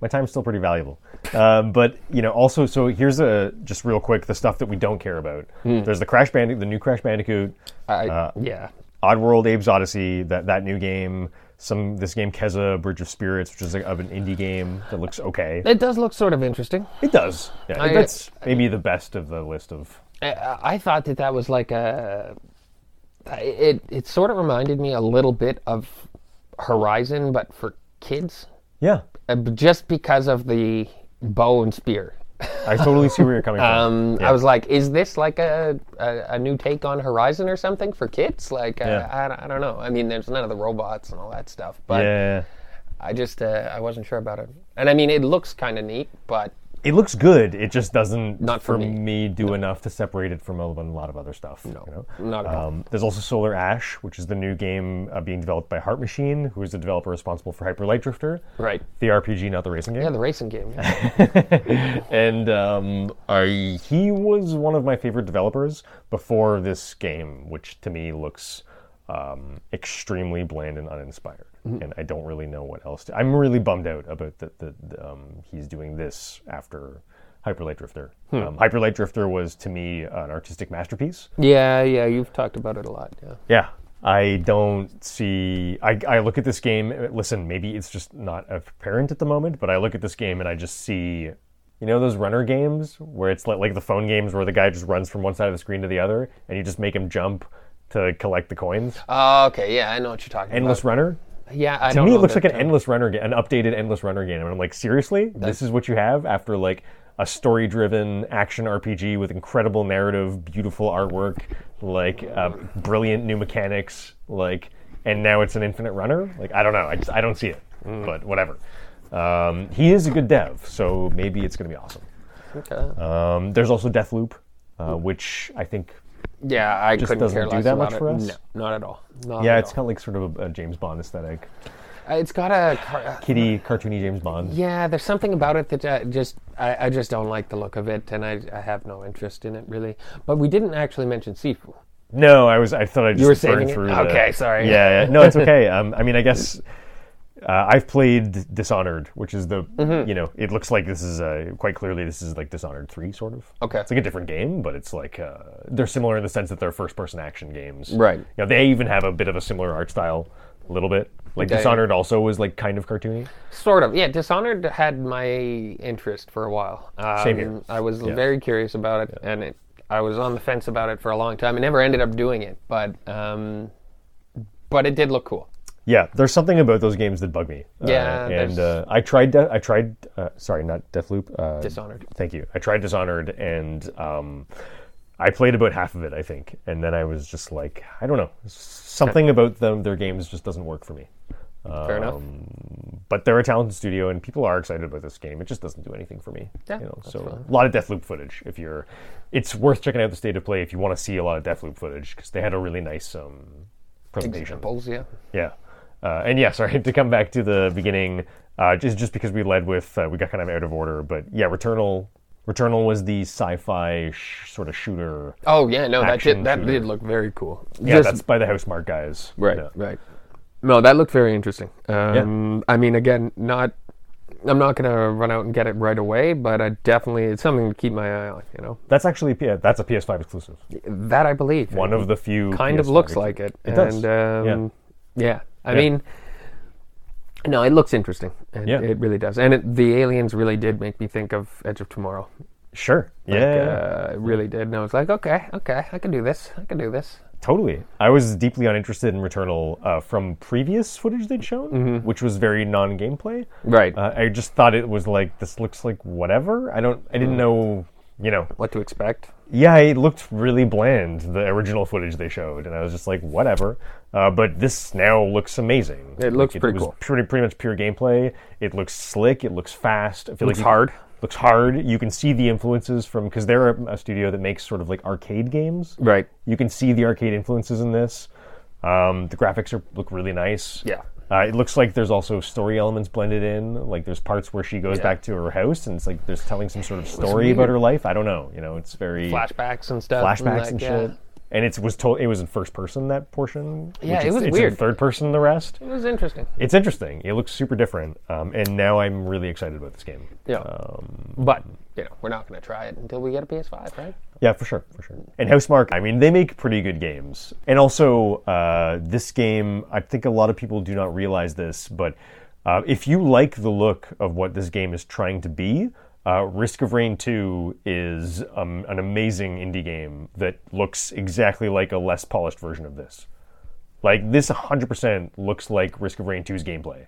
A: my time's still pretty valuable. Um, but you know, also, so here's a just real quick the stuff that we don't care about.
B: Hmm.
A: There's the Crash Bandicoot, the new Crash Bandicoot,
B: I,
A: Uh,
B: yeah,
A: Oddworld, Abe's Odyssey, that that new game. Some this game Keza Bridge of Spirits, which is like of an indie game that looks okay.
B: it does look sort of interesting.
A: It does. Yeah,
B: I-
A: that's maybe the best of the list of.
B: I- I, I thought that that was like a. I- It it sort of reminded me a little bit of Horizon, but for kids,
A: Yeah.
B: uh, b- just because of the bow and spear.
A: I totally see where you're coming from.
B: Um, I was like, is this like a, a, a new take on Horizon or something for kids? Like, uh,
A: Yeah.
B: I, don't- I don't know. I mean, there's none of the robots and all that stuff, but
A: yeah.
B: I just uh, I wasn't sure about it. And I mean, it looks kind of neat, but
A: It looks good. It just doesn't,
B: Not for me.
A: do enough to separate it from a, a lot of other stuff. No,
B: not at all.
A: Um, there's also Solar Ash, which is the new game uh, being developed by Heart Machine, who is the developer responsible for Hyper Light Drifter,
B: Right.
A: the RPG, not the racing game.
B: Yeah, the racing game. yeah.
A: and um, I, he was one of my favorite developers before this game, which to me looks um, extremely bland and uninspired. And I don't really know what else. To, I'm really bummed out about that. The, the, um, he's doing this after Hyper Light Drifter. Um, Hyper Light Drifter was to me an artistic masterpiece.
B: yeah, yeah, you've talked about it a lot. Yeah.
A: Yeah. I don't see. I, I look at this game. Listen, maybe it's just not apparent at the moment, but I look at this game and I just see, you know, those runner games where it's like, like the phone games where the guy just runs from one side of the screen to the other and you just make him jump to collect the coins.
B: Oh, okay, yeah, I know what you're talking
A: Endless Runner?
B: about. Yeah, I
A: To
B: don't
A: me,
B: know
A: it looks
B: the
A: like an
B: term.
A: endless runner, ga- an updated endless runner game. And I'm like, seriously, this is what you have after like a story-driven action RPG with incredible narrative, beautiful artwork, like uh, brilliant new mechanics, like, and now it's an infinite runner. Like, I don't know, I just I don't see it, but whatever. Um, he is a good dev, so maybe it's going to be awesome.
B: Okay.
A: Um, there's also Deathloop, uh, which I think
B: yeah, I couldn't
A: doesn't
B: care
A: do
B: less
A: that
B: about
A: much
B: it.
A: for us?
B: No, not at all. Not
A: yeah,
B: at
A: it's kind of like sort of a, a James Bond aesthetic,
B: all. Uh, it's got a car-
A: kitty cartoony James Bond.
B: Yeah, there's something about it that uh, just I, I just don't like the look of it, and I, I have no interest in it really. But we didn't actually mention Sifu.
A: No, I was. I thought I just
B: were
A: burned
B: saving it?
A: through. the-
B: Okay, sorry.
A: Yeah, yeah. no, it's okay. Um, I mean, I guess uh, I've played Dishonored, which is the
B: Mm-hmm.
A: you know it looks like this is uh, quite clearly this is like Dishonored three sort of.
B: Okay.
A: it's like a different game, but it's like uh, they're similar in the sense that they're first person action games.
B: Right.
A: You know, they even have a bit of a similar art style, a little bit. Like
B: Yeah, yeah.
A: Dishonored also was like kind of cartoony.
B: Sort of, yeah. Dishonored had my interest for a while. Um,
A: Same here.
B: I was very curious about it, and it, I was on the fence about it for a long time. I never ended up doing it, but um, but it did look cool.
A: Yeah, there's something about those games that bug me. uh,
B: Yeah,
A: and
B: there's-
A: uh, I tried. De- I tried. Uh, sorry, not Deathloop. Uh,
B: Dishonored.
A: Thank you. I tried Dishonored, and um, I played about half of it, I think, and then I was just like, I don't know, something about them, their games just doesn't work for me.
B: Fair enough.
A: Um, But they're a talented studio, and people are excited about this game. It just doesn't do anything for me.
B: Yeah,
A: you know, so a lot of Deathloop footage. If you're, it's worth checking out the state of play if you want to see a lot of Deathloop footage because they had a really nice um, presentation.
B: Examples, yeah.
A: Yeah. Uh, and yeah, sorry to come back to the beginning, uh, just just because we led with uh, we got kind of out of order, but yeah, Returnal. Returnal was the sci-fi sh- sort of shooter.
B: Oh yeah, no, that
A: Action
B: did that
A: shooter.
B: did look very cool.
A: Yeah,
B: Just-
A: that's by the House Mark guys.
B: Right,
A: Yeah.
B: right. No, that looked very interesting. Um, I mean, again, not. I'm not gonna run out and get it right away, but I definitely it's something to keep my eye on. You know,
A: That's actually yeah, that's a PS5 exclusive.
B: that I believe.
A: One of the few.
B: kind of
A: PS5
B: looks
A: exclusive-
B: like it.
A: It does.
B: And, um, yeah. I
A: Yeah.
B: mean, no, it looks interesting. It,
A: Yeah.
B: it really does. And it, the aliens really did make me think of Edge of Tomorrow.
A: Sure.
B: Like,
A: yeah.
B: uh, it really did. And I was like, okay, okay, I can do this. I can do this.
A: Totally. I was deeply uninterested in Returnal uh, from previous footage they'd shown, which was very non-gameplay.
B: Mm-hmm. Right.
A: Uh, I just thought it was like this looks like whatever. I don't. I didn't
B: Mm.
A: know. You know,
B: what to expect?
A: yeah, it looked really bland, the original footage they showed, and I was just like, whatever. Uh, but this now looks amazing.
B: It looks
A: Like,
B: pretty
A: was
B: cool.
A: Pretty, pretty much pure gameplay. It looks slick. It looks fast. I feel
B: Looks
A: like you-
B: hard.
A: Looks hard. You can see the influences from because they're a, a studio that makes sort of like arcade games.
B: Right.
A: You can see the arcade influences in this. Um, the graphics are, look really nice.
B: Yeah.
A: Uh, it looks like there's also story elements blended in. Like there's parts where she goes back to her house, and it's like there's telling some sort of story about her life. I don't know. You know, it's very
B: Flashbacks and stuff.
A: flashbacks
B: like,
A: and
B: yeah.
A: shit. And it was told it was in first person that portion.
B: Yeah,
A: which
B: it
A: is-
B: was
A: it's In
B: weird.
A: third person the rest.
B: It was interesting.
A: It's interesting. It looks super different. Um, and now I'm really excited about this game.
B: Yeah.
A: Um,
B: but, you know, we're not going to try it until we get a PS5, right?
A: Yeah, for sure, for sure. And Housemark, I mean, they make pretty good games. And also, uh, this game, I think a lot of people do not realize this, but uh, if you like the look of what this game is trying to be, uh, Risk of Rain 2 is um, an amazing indie game that looks exactly like a less polished version of this. Like this 100% looks like Risk of Rain 2's gameplay.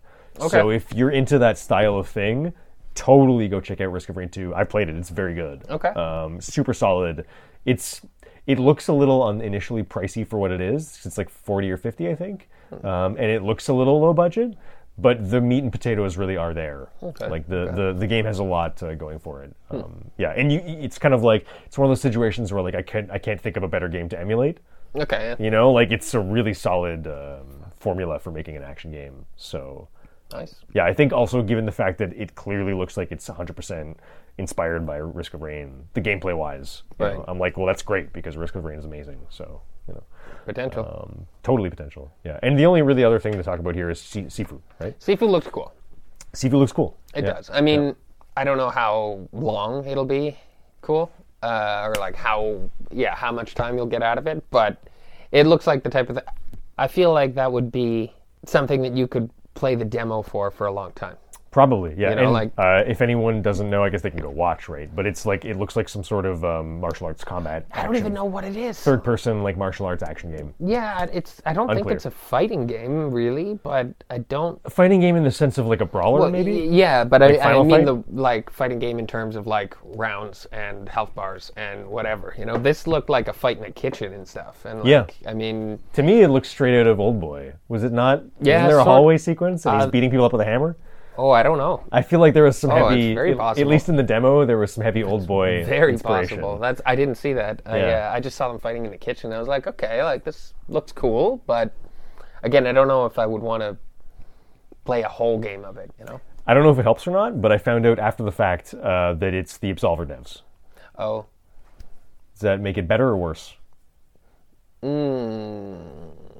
A: So if you're into that style of thing, totally go check out Risk of Rain 2. I played it. It's very good.
B: Okay.
A: Um, super solid. It's it looks a little un- initially pricey for what it is. It's like 40 or 50, I think.
B: Hmm.
A: Um, and it looks a little low budget, but the meat and potatoes really are there.
B: Okay. Hmm.
A: Like the, the, the game has a lot uh, going for it. Um, Yeah, and you it's kind of like it's one of those situations where like I can't I can't think of a better game to emulate.
B: Okay.
A: You know, like it's a really solid um, formula for making an action game. So
B: Nice.
A: yeah, I think also given the fact that it clearly looks like it's 100% inspired by Risk of Rain, the gameplay wise, you know,
B: Right.
A: I'm like, well, that's great because Risk of Rain is amazing. So, you know,
B: Potential.
A: um, totally potential. Yeah. And the only really other thing to talk about here is si- Sifu, right?
B: Seafood looks cool.
A: Sifu looks cool.
B: It
A: Yeah.
B: does. I mean, I don't know how long it'll be cool, uh, or like how yeah, how much time you'll get out of it. But it looks like the type of. Th- I feel like that would be something that you could play the demo for for a long time.
A: Probably, yeah.
B: You know,
A: and,
B: like-
A: uh, if anyone doesn't know, I guess they can go watch, right? But it's like, it looks like some sort of um, martial arts combat.
B: I don't even know what it is.
A: Third person, like martial arts action game.
B: Yeah, it's. I don't think
A: Unclear.
B: it's a fighting game really, but I don't.
A: A fighting game in the sense of like a brawler,
B: Well,
A: maybe?
B: y- Yeah, but I, I
A: Final
B: mean
A: Fight?
B: the like fighting game in terms of like rounds and health bars and whatever. You know, this looked like a fight in a kitchen and stuff. And like,
A: Yeah.
B: I mean,
A: To me, it looks straight out of Old Boy. Was it not?
B: Yeah,
A: Isn't there a
B: sort-
A: hallway sequence and he's
B: uh,
A: beating people up with a hammer?
B: oh, I don't know.
A: I feel like there was some
B: Oh, it's
A: heavy.
B: very
A: at- at,
B: possible.
A: least in the demo, there was some heavy Old Boy
B: Very
A: inspiration.
B: possible. That's I didn't see that. I,
A: Yeah.
B: uh, I just saw them fighting in the kitchen. I was like, okay, like this looks cool, but again, I don't know if I would want to play a whole game of it. You know?
A: I don't know if it helps or not, but I found out after the fact uh, that it's the Absolver devs.
B: Oh,
A: Does that make it better or worse?
B: Hmm.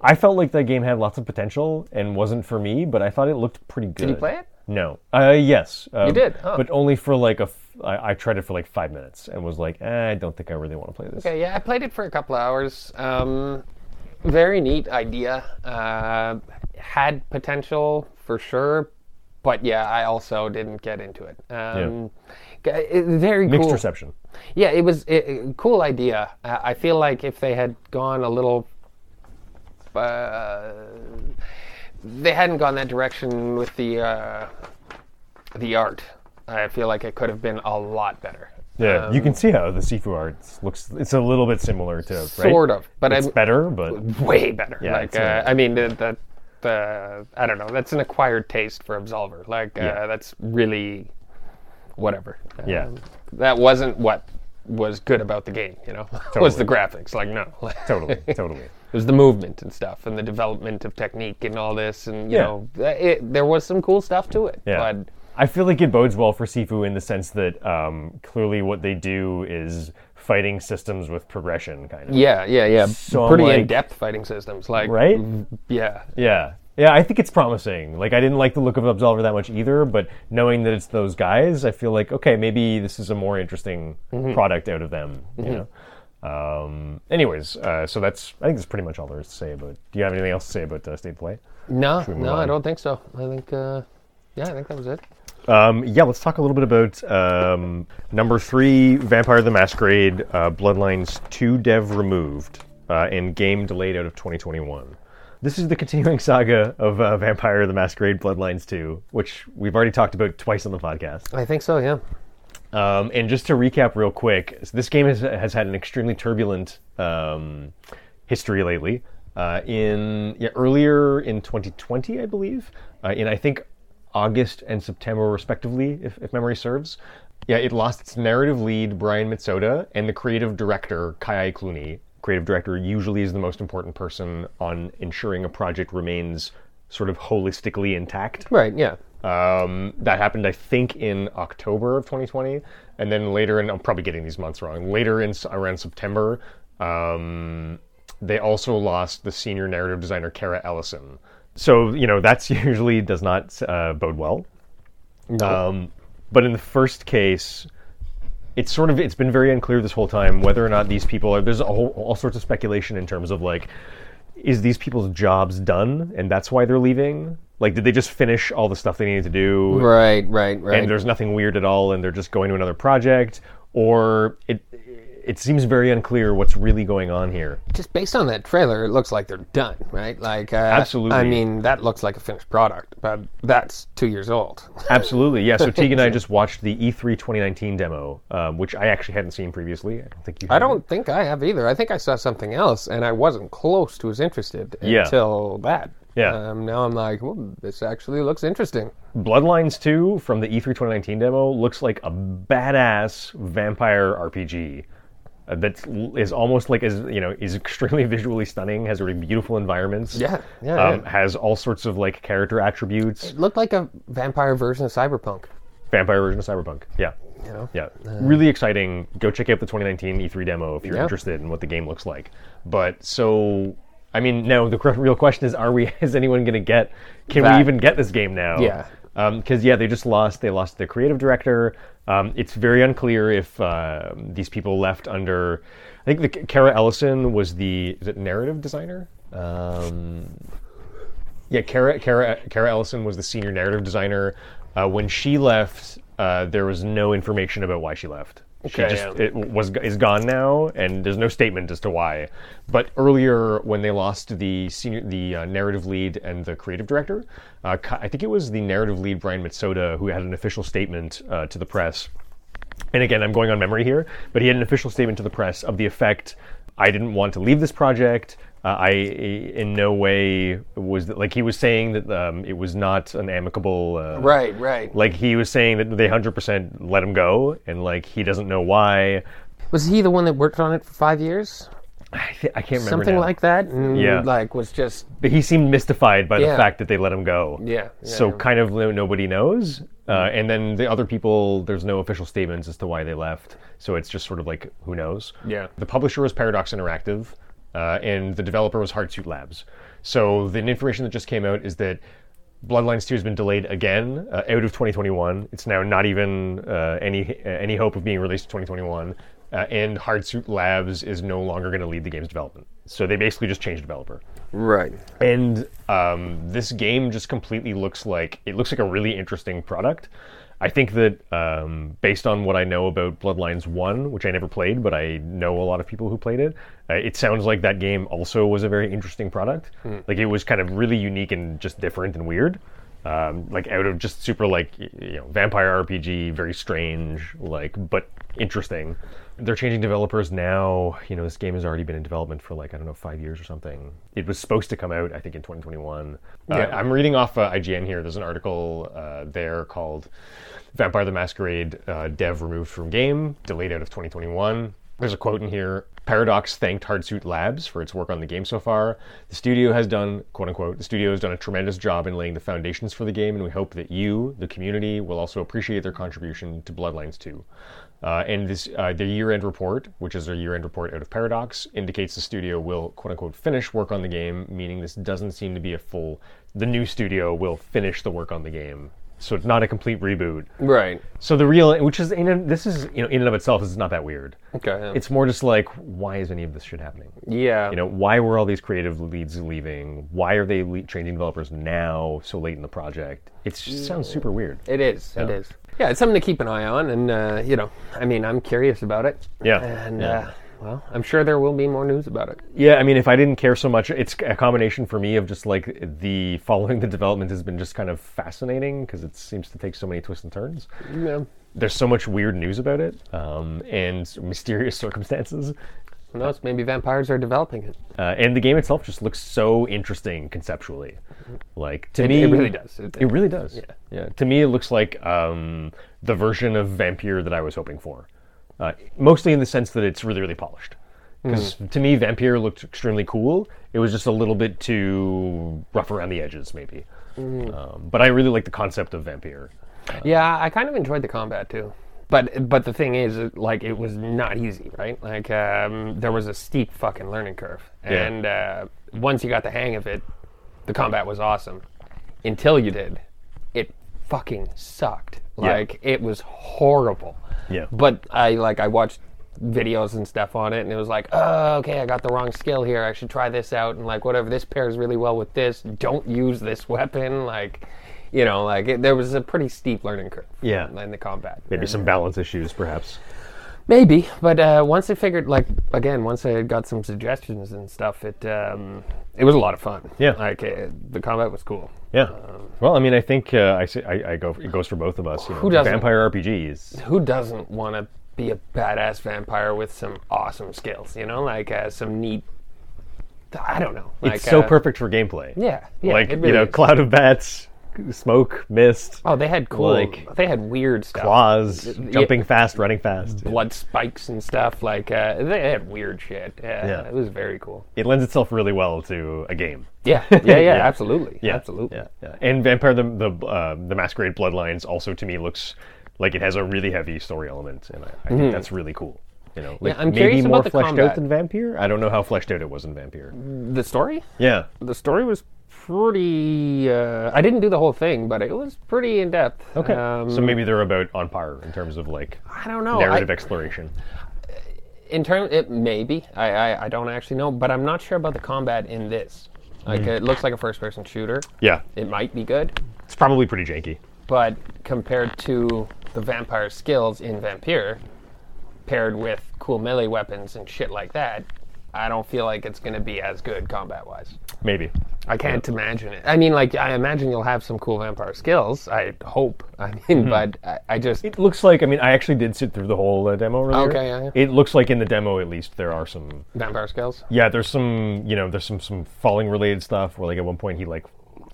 A: I felt like that game had lots of potential and wasn't for me, but I thought it looked pretty good. Did
B: you play it?
A: No. Uh, yes. um,
B: did, huh.
A: But only for like a. F- I, I tried it for like five minutes and was like, eh, I don't think I really want to play this.
B: Okay, yeah, I played it for a couple hours. Um, very neat idea. Uh, had potential for sure, but yeah, I also didn't get into it. Um, g- it- Very
A: Mixed
B: cool.
A: reception.
B: Yeah, it was a a cool idea. Uh, I feel like if they had gone a little, uh, they hadn't gone that direction with the uh, the art. I feel like it could have been a lot better.
A: Yeah, you
B: Um,
A: can see how the Sifu art looks. It's a little bit similar to right?
B: Sort of, but
A: it's
B: I'm-
A: better, but
B: way better.
A: Yeah,
B: like
A: it's
B: uh,
A: amazing.
B: I mean, the, the the I don't know. That's an acquired taste for Absolver. Like uh,
A: Yeah.
B: that's really whatever.
A: Yeah.
B: Um, that wasn't what was good about the game. You know, was the graphics. Like no, it
A: totally, totally.
B: was the movement and stuff, and the development of technique and all this, and you
A: Yeah.
B: know, th- it, there was some cool stuff to it.
A: Yeah.
B: But
A: I feel like it bodes well for Sifu in the sense that um, clearly what they do is fighting systems with progression, kind of.
B: yeah, yeah, yeah.
A: So I'm
B: Pretty
A: like-
B: in-depth fighting systems. Like
A: Right?
B: Yeah.
A: Yeah. Yeah, I think it's promising. Like, I didn't like the look of Absolver that much either, but knowing that it's those guys, I feel like, okay, maybe this is a more interesting product out of them, you know? Um, anyways, uh, so that's, I think that's pretty much all there is to say about, do you have anything else to say about uh, State of Play?
B: No,
A: move
B: no, I
A: on?
B: don't think so. I think. Uh, yeah, I think that was it.
A: Um, yeah, let's talk a little bit about um, number three, Vampire the Masquerade, uh, Bloodlines 2 dev removed, uh, and game delayed out of 2021. This is the continuing saga of uh, Vampire the Masquerade Bloodlines 2, which we've already talked about twice on the podcast.
B: I think so. Yeah.
A: Um, and just to recap real quick, so this game has, has had an extremely turbulent um, history lately. Uh, in yeah, earlier in 2020, I believe, uh, in I think August and September respectively, if, if memory serves. Yeah, it lost its narrative lead Brian Mitsoda and the creative director Kai Clooney. Creative director usually is the most important person on ensuring a project remains sort of holistically intact.
B: Right. Yeah.
A: Um, that happened, I think, in October of 2020, and then later in I'm probably getting these months wrong. Later in s- around September, um, they also lost the senior narrative designer Kara Ellison. So you know that's usually does not uh, bode well. Um, but in the first case, it's sort of it's been very unclear this whole time whether or not these people are. There's a whole, all sorts of speculation in terms of like, is these people's jobs done and that's why they're leaving? Like, did they just finish all the stuff they needed to do?
B: Right, right, right.
A: and there's nothing weird at all and they're just going to another project or it it seems very unclear what's really going on here.
B: Just based on that trailer, it looks like they're done, right? Like, uh,
A: Absolutely.
B: I mean, that looks like a finished product, but that's two years old.
A: Absolutely, yeah. So Teague and I just watched the E E3 2019 demo, um, which I actually hadn't seen previously. I don't think you.
B: I
A: had.
B: don't think I have either. I think I saw something else, and I wasn't close to as interested
A: Yeah.
B: until that.
A: Yeah.
B: Um, now I'm like, well, this actually looks interesting.
A: Bloodlines 2 from the E E3 2019 demo looks like a badass vampire RPG uh, that is almost like as you know is extremely visually stunning, has really beautiful environments.
B: Yeah, yeah,
A: Um,
B: yeah.
A: Has all sorts of like character attributes.
B: It looked like a vampire version of Cyberpunk.
A: Vampire version of Cyberpunk. Yeah.
B: You know? Uh,
A: Yeah, really exciting. Go check out the 2019 E3 demo if you're
B: Yeah.
A: interested in what the game looks like. But so, I mean, no. The cr- real question is: Are we? Is anyone going to get? Can
B: That-
A: we even get this game now?
B: Yeah.
A: Because yeah, they just lost. They lost the creative director. Um, it's very unclear if uh, these people left under. I think the Kara Ellison was the is it narrative designer. Um, yeah, Kara, Kara, Kara Ellison was the senior narrative designer. Uh, when she left, uh, there was no information about why she left.
B: Okay,
A: she just
B: yeah.
A: it was is gone now, and there's no statement as to why. But earlier, when they lost the senior, the uh, narrative lead and the creative director, uh, Ki- I think it was the narrative lead Brian Mitsoda who had an official statement uh, to the press and again, I'm going on memory here, but he had an official statement to the press of the effect I didn't want to leave this project. Uh, I, in no way, was like he was saying that um, it was not an amicable. Uh,
B: Right, right.
A: Like he was saying that they 100% let him go, and like he doesn't know why.
B: Was he the one that worked on it for five years?
A: I, th- I can't remember.
B: Something
A: now.
B: like that? And,
A: Yeah.
B: Like, was just,
A: But he seemed mystified by
B: Yeah.
A: the fact that they let him go.
B: yeah. yeah, Mm-hmm.
A: so kind of no- nobody knows. Uh, and then the other people, there's no official statements as to why they left. So it's just sort of like, who knows?
B: Yeah.
A: The publisher was Paradox Interactive, uh, and the developer was Hardsuit Labs. So the information that just came out is that Bloodlines 2 has been delayed again uh, out of 2021. It's now not even uh, any uh, any hope of being released in 2021. Uh, and Hardsuit Labs is no longer going to lead the game's development. So they basically just changed developer.
B: Right.
A: And um, this game just completely looks like it looks like a really interesting product. I think that um, based on what I know about Bloodlines One, which I never played, but I know a lot of people who played it, uh, it sounds like that game also was a very interesting product. Like it was kind of really unique and just different and weird. Um, like out of just super like y- you know vampire RPG, very strange, like but interesting. They're changing developers now. You know, this game has already been in development for like I don't know five years or something. It was supposed to come out, I think, in 2021. Uh,
B: Yeah.
A: I'm reading off uh, IGN here. There's an article uh, there called "Vampire the Masquerade uh, Dev Removed from Game, Delayed Out of 2021." There's a quote in here. Paradox thanked Hardsuit Labs for its work on the game so far. The studio has done, quote unquote, the studio has done a tremendous job in laying the foundations for the game, and we hope that you, the community, will also appreciate their contribution to Bloodlines 2. Uh, and this, uh, their year-end report, which is their year-end report out of Paradox, indicates the studio will "quote unquote" finish work on the game, meaning this doesn't seem to be a full. The new studio will finish the work on the game, so it's not a complete reboot.
B: Right.
A: So the real, which is in and- this is you know in and of itself is not that weird.
B: Okay. yeah.
A: It's more just like why is any of this shit happening?
B: yeah.
A: You know why were all these creative leads leaving? Why are they le- changing developers now so late in the project? It just sounds super weird.
B: It is. It is. Yeah, it's something to keep an eye on, and uh, you know, I mean, I'm curious about it.
A: Yeah,
B: And
A: yeah.
B: Uh, well, I'm sure there will be more news about it.
A: Yeah, I mean, if I didn't care so much, it's a combination for me of just like the following the development has been just kind of fascinating because it seems to take so many twists and turns.
B: Yeah.
A: There's so much weird news about it um, and mysterious circumstances.
B: Who knows? Maybe vampires are developing it.
A: Uh, and the game itself just looks so interesting conceptually. Like to
B: It-
A: me,
B: it really does. It-
A: It, really does. Yeah. To me, it looks like um, the version of Vampire that I was hoping for, uh, mostly in the sense that it's really, really polished.
B: Hmm.
A: Because to me, Vampire looked extremely cool. It was just a little bit too rough around the edges, maybe.
B: Hmm.
A: Um, but I really like the concept of Vampire.
B: Yeah, I kind of enjoyed the combat too. But but the thing is, it- like, it was not easy, right? Like, um, there was a steep fucking learning curve,
A: Yeah.
B: and uh, once you got the hang of it, the combat was awesome. Until you did, it fucking sucked.
A: Yeah.
B: Like, it was horrible.
A: Yeah.
B: But I like I watched videos and stuff on it, and it was like, oh, okay, I got the wrong skill here. I should try this out, and like whatever. This pairs really well with this. Don't use this weapon, like. You know, like it, there was a pretty steep learning curve
A: Yeah.
B: in the combat.
A: Maybe some balance issues, perhaps.
B: Maybe, but uh, once I figured, like again, once I got some suggestions and stuff, it um, it was a lot of fun.
A: Yeah.
B: like uh, the combat was cool.
A: Yeah. Well, I mean, I think uh, I, say, I I go. It goes for both of us. You know,
B: Who doesn't?
A: Vampire RPGs.
B: Who doesn't want to be a badass vampire with some awesome skills? You know, like uh, some neat. I don't know. Like,
A: it's so
B: uh,
A: perfect for gameplay.
B: Yeah, yeah.
A: like
B: it
A: you
B: really
A: know,
B: is.
A: cloud of bats, smoke, mist,
B: oh, they had cool.
A: like,
B: they had weird stuff.
A: claws,
B: yeah.
A: jumping fast, running fast.
B: blood spikes and stuff. Like uh, they had weird shit. Yeah,
A: Yeah.
B: it was very cool.
A: It lends itself really well to a game.
B: Yeah, yeah, yeah.
A: Yeah.
B: Absolutely.
A: Yeah,
B: absolutely.
A: Yeah, yeah. And Vampire the the uh, the Masquerade Bloodlines also to me looks like it has a really heavy story element, and I, I think that's really cool. You know, like
B: Mm-hmm. I'm
A: maybe
B: curious
A: more
B: about the
A: fleshed out
B: combat.
A: than Vampire. I don't know how fleshed out it was in Vampire.
B: The story.
A: Yeah,
B: the story was pretty. Uh, I didn't do the whole thing, but it was pretty in depth.
A: okay.
B: Um,
A: so maybe they're about on par in terms of like
B: I don't know. I,
A: narrative exploration.
B: in terms, it maybe. I, I I don't actually know, but I'm not sure about the combat in this. Like it looks like a first-person shooter.
A: Yeah,
B: It might be good,
A: it's probably pretty janky.
B: but compared to the vampire skills in Vampire, paired with cool melee weapons and shit like that, I don't feel like it's going to be as good combat-wise.
A: Maybe.
B: I can't imagine it. I mean, like, I imagine you'll have some cool vampire skills. I hope. I mean, but I, I just.
A: It looks like I mean I actually did sit through the whole uh, demo. Earlier.
B: Okay, yeah, yeah.
A: It looks like in the demo at least there are some
B: vampire skills?
A: Yeah, there's some you know there's some some falling related stuff where like at one point he like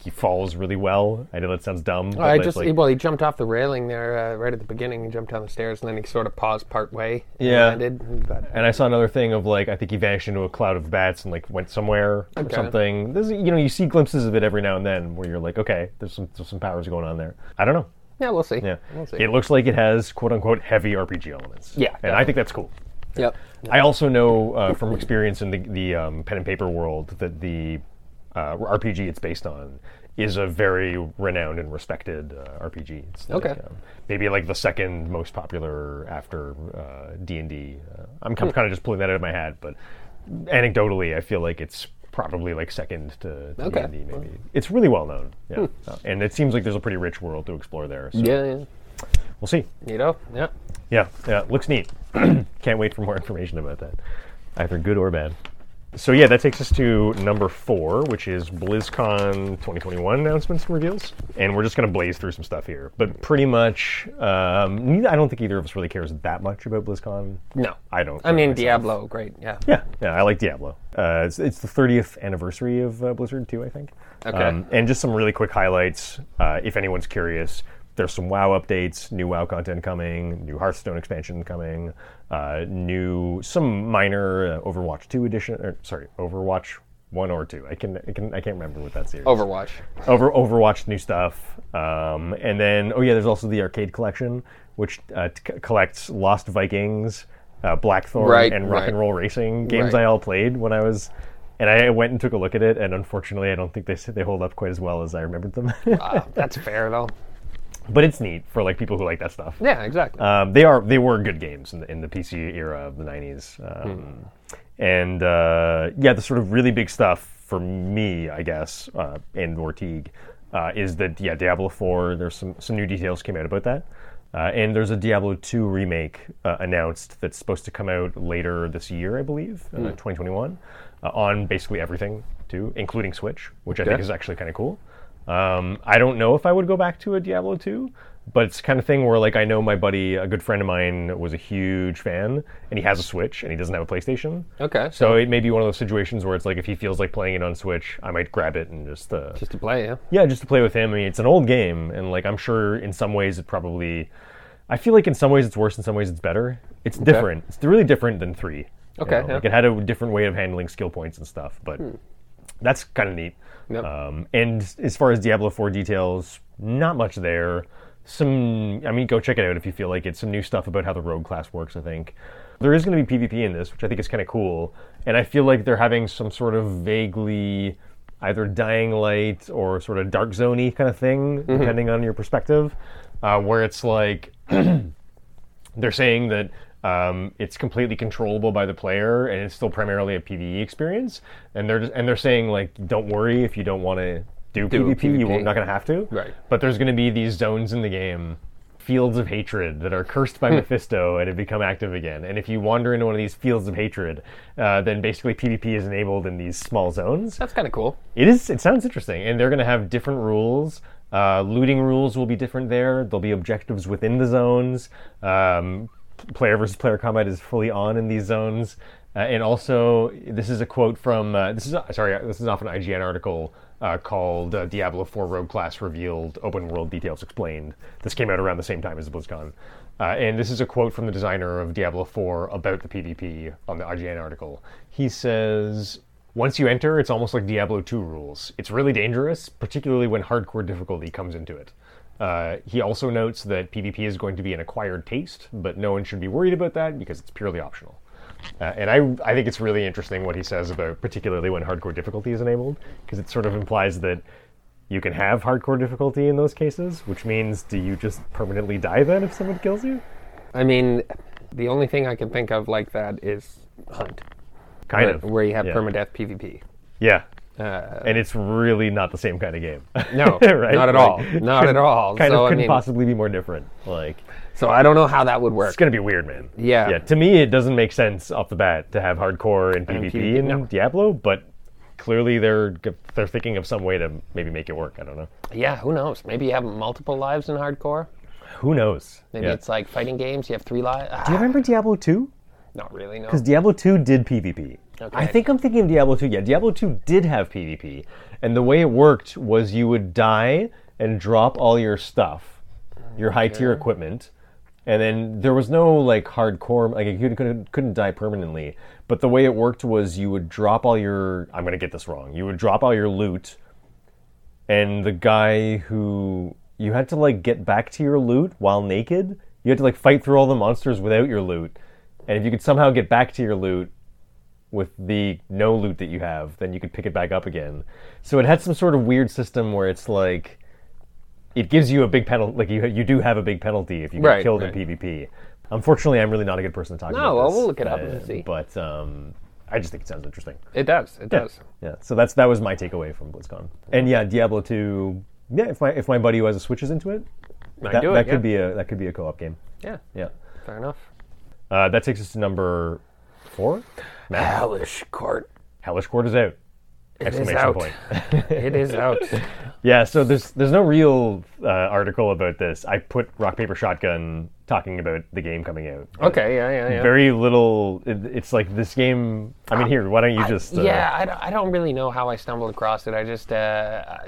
A: he falls really well. I know that sounds dumb. but
B: I
A: it's
B: just.
A: like,
B: well, he jumped off the railing there uh, right at the beginning and jumped down the stairs, and then he sort of paused part way. and
A: Yeah.
B: landed, but-
A: and I saw another thing of like I think he vanished into a cloud of bats and like went somewhere or
B: Okay.
A: something. There's you know you see glimpses of it every now and then where you're like okay there's some there's some powers going on there. I don't know.
B: yeah, we'll see.
A: Yeah,
B: We'll see.
A: it looks like it has quote unquote heavy RPG elements.
B: Yeah,
A: and I think that's cool.
B: Yep.
A: I also know uh, from experience in the, the um, pen and paper world that the uh, RPG it's based on is a very renowned and respected uh, RPG. It's like,
B: Okay.
A: um, maybe like the second most popular after uh, D and D. I'm
B: Hmm.
A: kind of just pulling that out of my hat, but anecdotally, I feel like it's probably like second to D and
B: Okay. Hmm.
A: D. Maybe it's really well known, yeah. Uh, and it seems like there's a pretty rich world to explore there. So
B: Yeah, yeah.
A: we'll see.
B: You know? Yeah.
A: Yeah, yeah, looks neat. Can't wait for more information about that, either good or bad. So yeah, that takes us to number four, which is BlizzCon 2021 announcements and reveals. And we're just gonna blaze through some stuff here, but pretty much, um, neither, I don't think either of us really cares that much about BlizzCon.
B: No.
A: I don't.
B: I mean,
A: myself.
B: Diablo, great. Yeah.
A: Yeah, yeah, I like Diablo. Uh, it's, it's the 30th anniversary of uh, Blizzard too, I think. Um,
B: Okay.
A: and just some really quick highlights, uh, if anyone's curious. There's some WoW updates, new WoW content coming, new Hearthstone expansion coming, uh, new some minor uh, Overwatch two edition, or sorry, Overwatch one or two. I can, I can I can't remember what that series.
B: Overwatch.
A: Over Overwatch new stuff, um, and then oh yeah, there's also the arcade collection, which uh, t- collects Lost Vikings, uh, Blackthorn,
B: Right,
A: and Rock
B: right.
A: and Roll Racing games
B: Right.
A: I all played when I was. And I went and took a look at it, and unfortunately, I don't think they s- they hold up quite as well as I remembered them.
B: Wow, Uh, that's fair, though.
A: but it's neat for like people who like that stuff.
B: Yeah, exactly.
A: Um, they are they were good games in the, in the PC era of the '90s,
B: Hmm.
A: um, and uh, yeah, the sort of really big stuff for me, I guess, uh, and Ortigue, uh, is that yeah, Diablo 4. There's some some new details came out about that, uh, and there's a Diablo 2 remake uh, announced that's supposed to come out later this year, I believe, uh, 2021, uh, on basically everything too, including Switch, which I think
B: Okay.
A: is actually kind of cool. Um, I don't know if I would go back to a Diablo 2, but it's the kind of thing where like I know my buddy, a good friend of mine, was a huge fan, and he has a Switch and he doesn't have a PlayStation.
B: okay.
A: So it may be one of those situations where it's like if he feels like playing it on Switch, I might grab it and just uh,
B: Just to play, yeah.
A: yeah, just to play with him. I mean, it's an old game, and like I'm sure in some ways it probably, I feel like in some ways it's worse, in some ways it's better. It's different. It's really different than three. you know?
B: Okay, yeah. Hmm.
A: like it had a different way of handling skill points and stuff, but that's kind of neat.
B: Yep.
A: Um, and as far as Diablo 4 details, not much there. Some, I mean, go check it out if you feel like it. Some new stuff about how the rogue class works, I think. There is going to be PvP in this, which I think is kind of cool. And I feel like they're having some sort of vaguely either dying light or sort of dark zony kind of thing,
B: Mm-hmm.
A: depending on your perspective, uh, where it's like they're saying that um, it's completely controllable by the player and it's still primarily a PVE experience. And they're and they're saying like, don't worry if you don't want to do, PvP, you
B: PvP.
A: won't not going to have to.
B: Right.
A: But there's going to be these zones in the game fields of hatred that are cursed by Mephisto and have become active again. And if you wander into one of these fields of hatred, uh, then basically PvP is enabled in these small zones.
B: That's kind of cool.
A: It is. It sounds interesting, and they're going to have different rules. Uh, looting rules will be different there. There'll be objectives within the zones. Um, player versus player combat is fully on in these zones. Uh, and also, this is a quote from uh, this is sorry, this is off an IGN article uh, called uh, "Diablo 4 Rogue Class Revealed: Open World Details Explained." This came out around the same time as BlizzCon, uh, and this is a quote from the designer of Diablo 4 about the PvP on the IGN article. He says, once you enter, it's almost like Diablo 2 rules. It's really dangerous, particularly when hardcore difficulty comes into it. Uh, he also notes that PvP is going to be an acquired taste, but no one should be worried about that because it's purely optional. Uh, and I, I think it's really interesting what he says about particularly when hardcore difficulty is enabled, because it sort of implies that you can have hardcore difficulty in those cases, which means do you just permanently die then if someone kills you?
B: I mean, the only thing I can think of like that is Hunt,
A: Kind
B: where,
A: of.
B: where you have
A: yeah.
B: permadeath PvP.
A: Yeah.
B: Uh,
A: And it's really not the same kind of game.
B: no,
A: Right?
B: not
A: Like,
B: at all. Not at all.
A: kind
B: so
A: of
B: I
A: couldn't
B: mean,
A: possibly be more different. Like
B: so I don't know how that would work.
A: it's gonna be weird, man.
B: Yeah.
A: Yeah. To me, it doesn't make sense off the bat to have hardcore and PvP
B: PvP,
A: in
B: no.
A: Diablo, but clearly they're g- they're thinking of some way to maybe make it work. I don't know.
B: Yeah, who knows? Maybe you have multiple lives in hardcore.
A: Who knows?
B: Maybe
A: Yeah.
B: it's like fighting games. You have three lives.
A: Do you remember Diablo two?
B: not really. No.
A: Because Diablo 2 did PvP.
B: Okay.
A: I think I'm thinking of Diablo 2. Yeah, Diablo 2 did have PvP. And the way it worked was you would die and drop all your stuff, your high tier equipment. And then there was no like hardcore, like you couldn't, couldn't die permanently. But the way it worked was you would drop all your, I'm going to get this wrong, you would drop all your loot. And the guy who, you had to like get back to your loot while naked. You had to like fight through all the monsters without your loot. And if you could somehow get back to your loot, with the no loot that you have, then you could pick it back up again. So it had some sort of weird system where it's like it gives you a big penalty. Like you you do have a big penalty if you get
B: Right,
A: killed
B: right.
A: in PvP. Unfortunately, I'm really not a good person to talk about.
B: well,
A: this,
B: we'll look it up and see.
A: But um, I just think it sounds interesting.
B: it does. It does.
A: Yeah. So that's that was my takeaway from BlizzCon. And yeah, Diablo two. Yeah, if my if my buddy who has a Switch is into it,
B: Might
A: that,
B: do it,
A: that
B: yeah.
A: could be a that could be a co-op game.
B: Yeah.
A: Yeah.
B: Fair enough.
A: Uh, that takes us to number four.
B: Hellish court.
A: Hellish Court is out.
B: It is out. it is out.
A: Yeah, so there's there's no real uh, article about this. I put rock paper shotgun talking about the game coming out.
B: Okay. Yeah. Yeah. Yeah.
A: Very little. It, it's like this game. I mean, here, why don't you just? Uh,
B: yeah. I, don't- I don't really know how I stumbled across it. I just uh, I,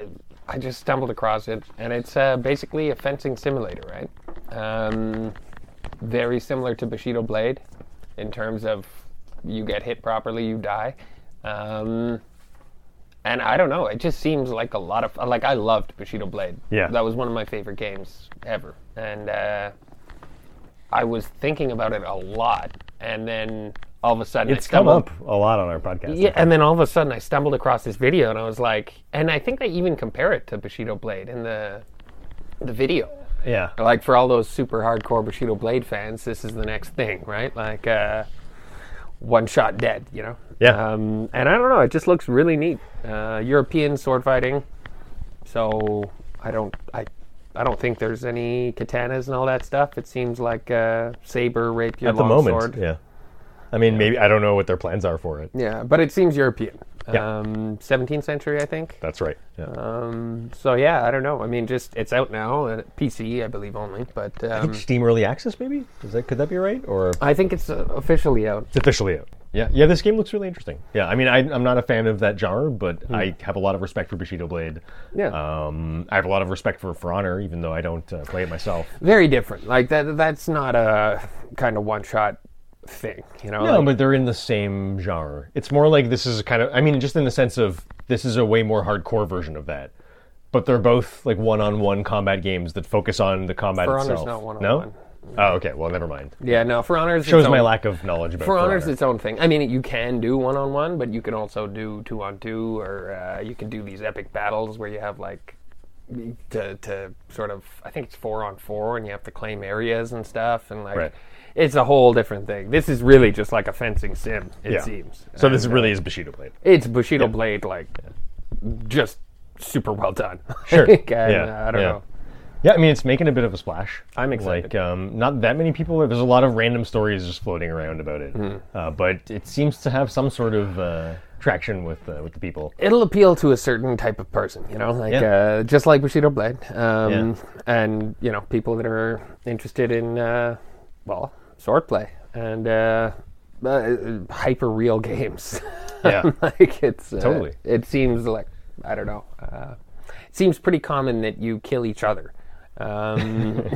B: I just stumbled across it, and it's uh, basically a fencing simulator, right? Um, very similar to Bushido Blade, in terms of you get hit properly, you die. Um, and I don't know. It just seems like a lot of like I loved Bushido Blade.
A: Yeah.
B: that was one of my favorite games ever, and uh, I was thinking about it a lot. And then all of a sudden, I
A: It's come
B: stumbled-
A: up a lot on our podcast.
B: yeah, and then all of a sudden I stumbled across this video and I was like, and I think they even compare it to Bushido Blade in the the video.
A: Yeah.
B: Like for all those super hardcore Bushido Blade fans, this is the next thing, right? Like uh, one shot dead, you know?
A: Yeah.
B: Um, and I don't know, it just looks really neat. Uh, European sword fighting. So I don't I I don't think there's any katanas and all that stuff. It seems like uh, saber, rapier,
A: At the moment.
B: longsword.
A: Yeah. I mean, maybe I don't know what their plans are for it.
B: Yeah, but it seems European.
A: Yeah.
B: Um, 17th century, I think.
A: That's right. Yeah.
B: Um, so yeah, I don't know. I mean, just it's out now, uh, PC, I believe only. But um,
A: Steam early access, maybe? Is that could that be right? Or
B: I think it's uh, officially out.
A: It's officially out. Yeah, yeah. This game looks really interesting. Yeah, I mean, I, I'm not a fan of that genre, but
B: Hmm.
A: I have a lot of respect for Bushido Blade.
B: Yeah.
A: Um, I have a lot of respect for For Honor, even though I don't uh, play it myself.
B: Very different. Like that. That's not a kind of one shot thing, you know.
A: No,
B: Like,
A: but they're in the same genre. It's more like this is kind of. I mean, just in the sense of this is a way more hardcore version of that. But they're both like one-on-one combat games that focus on the combat
B: For Honor's
A: itself.
B: not one-on-one.
A: no. Oh, okay. Well, never mind.
B: yeah, no. For honors
A: Shows my lack of knowledge about.
B: For honors,
A: Honor.
B: its own thing. I mean, you can do one on one, but you can also do two on two, or uh, you can do these epic battles where you have like to to sort of I think it's four on four, and you have to claim areas and stuff, and like
A: Right.
B: it's a whole different thing. This is really just like a fencing sim, it
A: Yeah.
B: seems. uh,
A: So this really is Bushido Blade.
B: It's Bushido Blade, like just super well done.
A: Sure.
B: Like, and,
A: Yeah,
B: uh, I don't
A: yeah.
B: know.
A: Yeah, I mean it's making a bit of a splash.
B: I'm
A: Like,
B: excited.
A: um, not that many people. There's a lot of random stories just floating around about it,
B: Hmm.
A: uh, but it seems to have some sort of uh, traction with uh, with the people.
B: it'll appeal to a certain type of person, you know, like
A: Yeah.
B: uh, just like Bushido Blade, um, and you know, people that are interested in uh, well, swordplay and uh, uh, hyper real games.
A: Yeah.
B: like it's uh,
A: Totally.
B: It seems like I don't know. Uh, it seems pretty common that you kill each other. Um,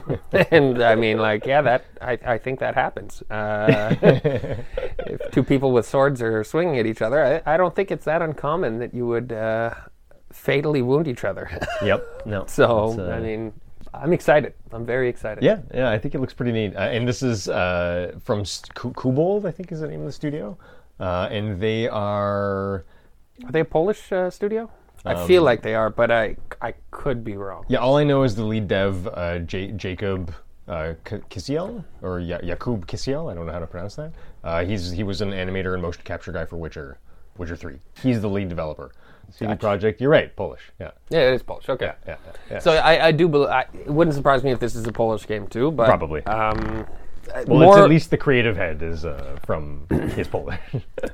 B: and I mean, like, yeah, that I, I think that happens. Uh, if two people with swords are swinging at each other, I, I don't think it's that uncommon that you would uh, fatally wound each other.
A: yep. No.
B: so,
A: it's, uh,
B: I mean, I'm excited. I'm very excited.
A: Yeah, yeah, I think it looks pretty neat. Uh, and this is uh, from St- Ku- Kubold, I think is the name of the studio. Uh, and they are,
B: Are they a Polish uh, studio? I feel like they are, but I I could be wrong.
A: yeah, all I know is the lead dev, uh, J- Jacob uh, K- Kisiel, or Ya Jakub Kisiel, I don't know how to pronounce that. Uh, he's He was an animator and motion capture guy for Witcher, Witcher 3. He's the lead developer. CD Project, you're right, Polish, yeah.
B: Yeah, it is Polish. Okay.
A: yeah, yeah, yeah.
B: So I, I do believe I, it wouldn't surprise me if this is a Polish game too, but
A: Probably.
B: Um, uh,
A: well,
B: more,
A: it's at least the creative head is uh, from, is Polish.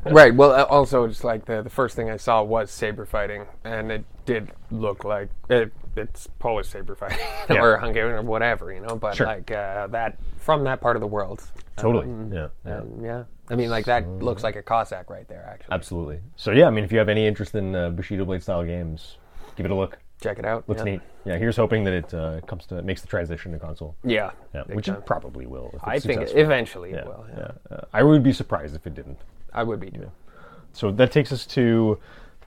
B: right. Well, uh, also just like the the first thing I saw was saber fighting, and it did look like it, it's Polish saber fighting
A: Yeah.
B: or Hungarian or whatever, you know. But
A: Sure.
B: like uh, that from that part of the world,
A: totally, yeah, yeah.
B: um, yeah. I mean, like that looks like a Cossack right there. Actually,
A: Absolutely. So yeah, I mean, if you have any interest in uh, Bushido Blade style games, give it a look.
B: check it out.
A: Looks
B: yeah.
A: neat. Yeah, here's hoping that it uh, comes to makes the transition to console.
B: Yeah,
A: Yeah,
B: big
A: which
B: time.
A: it probably will. If
B: I
A: it's
B: think
A: successful.
B: eventually it
A: yeah,
B: will. Yeah.
A: yeah. Uh, I would be surprised if it didn't.
B: I would be too.
A: So that takes us to.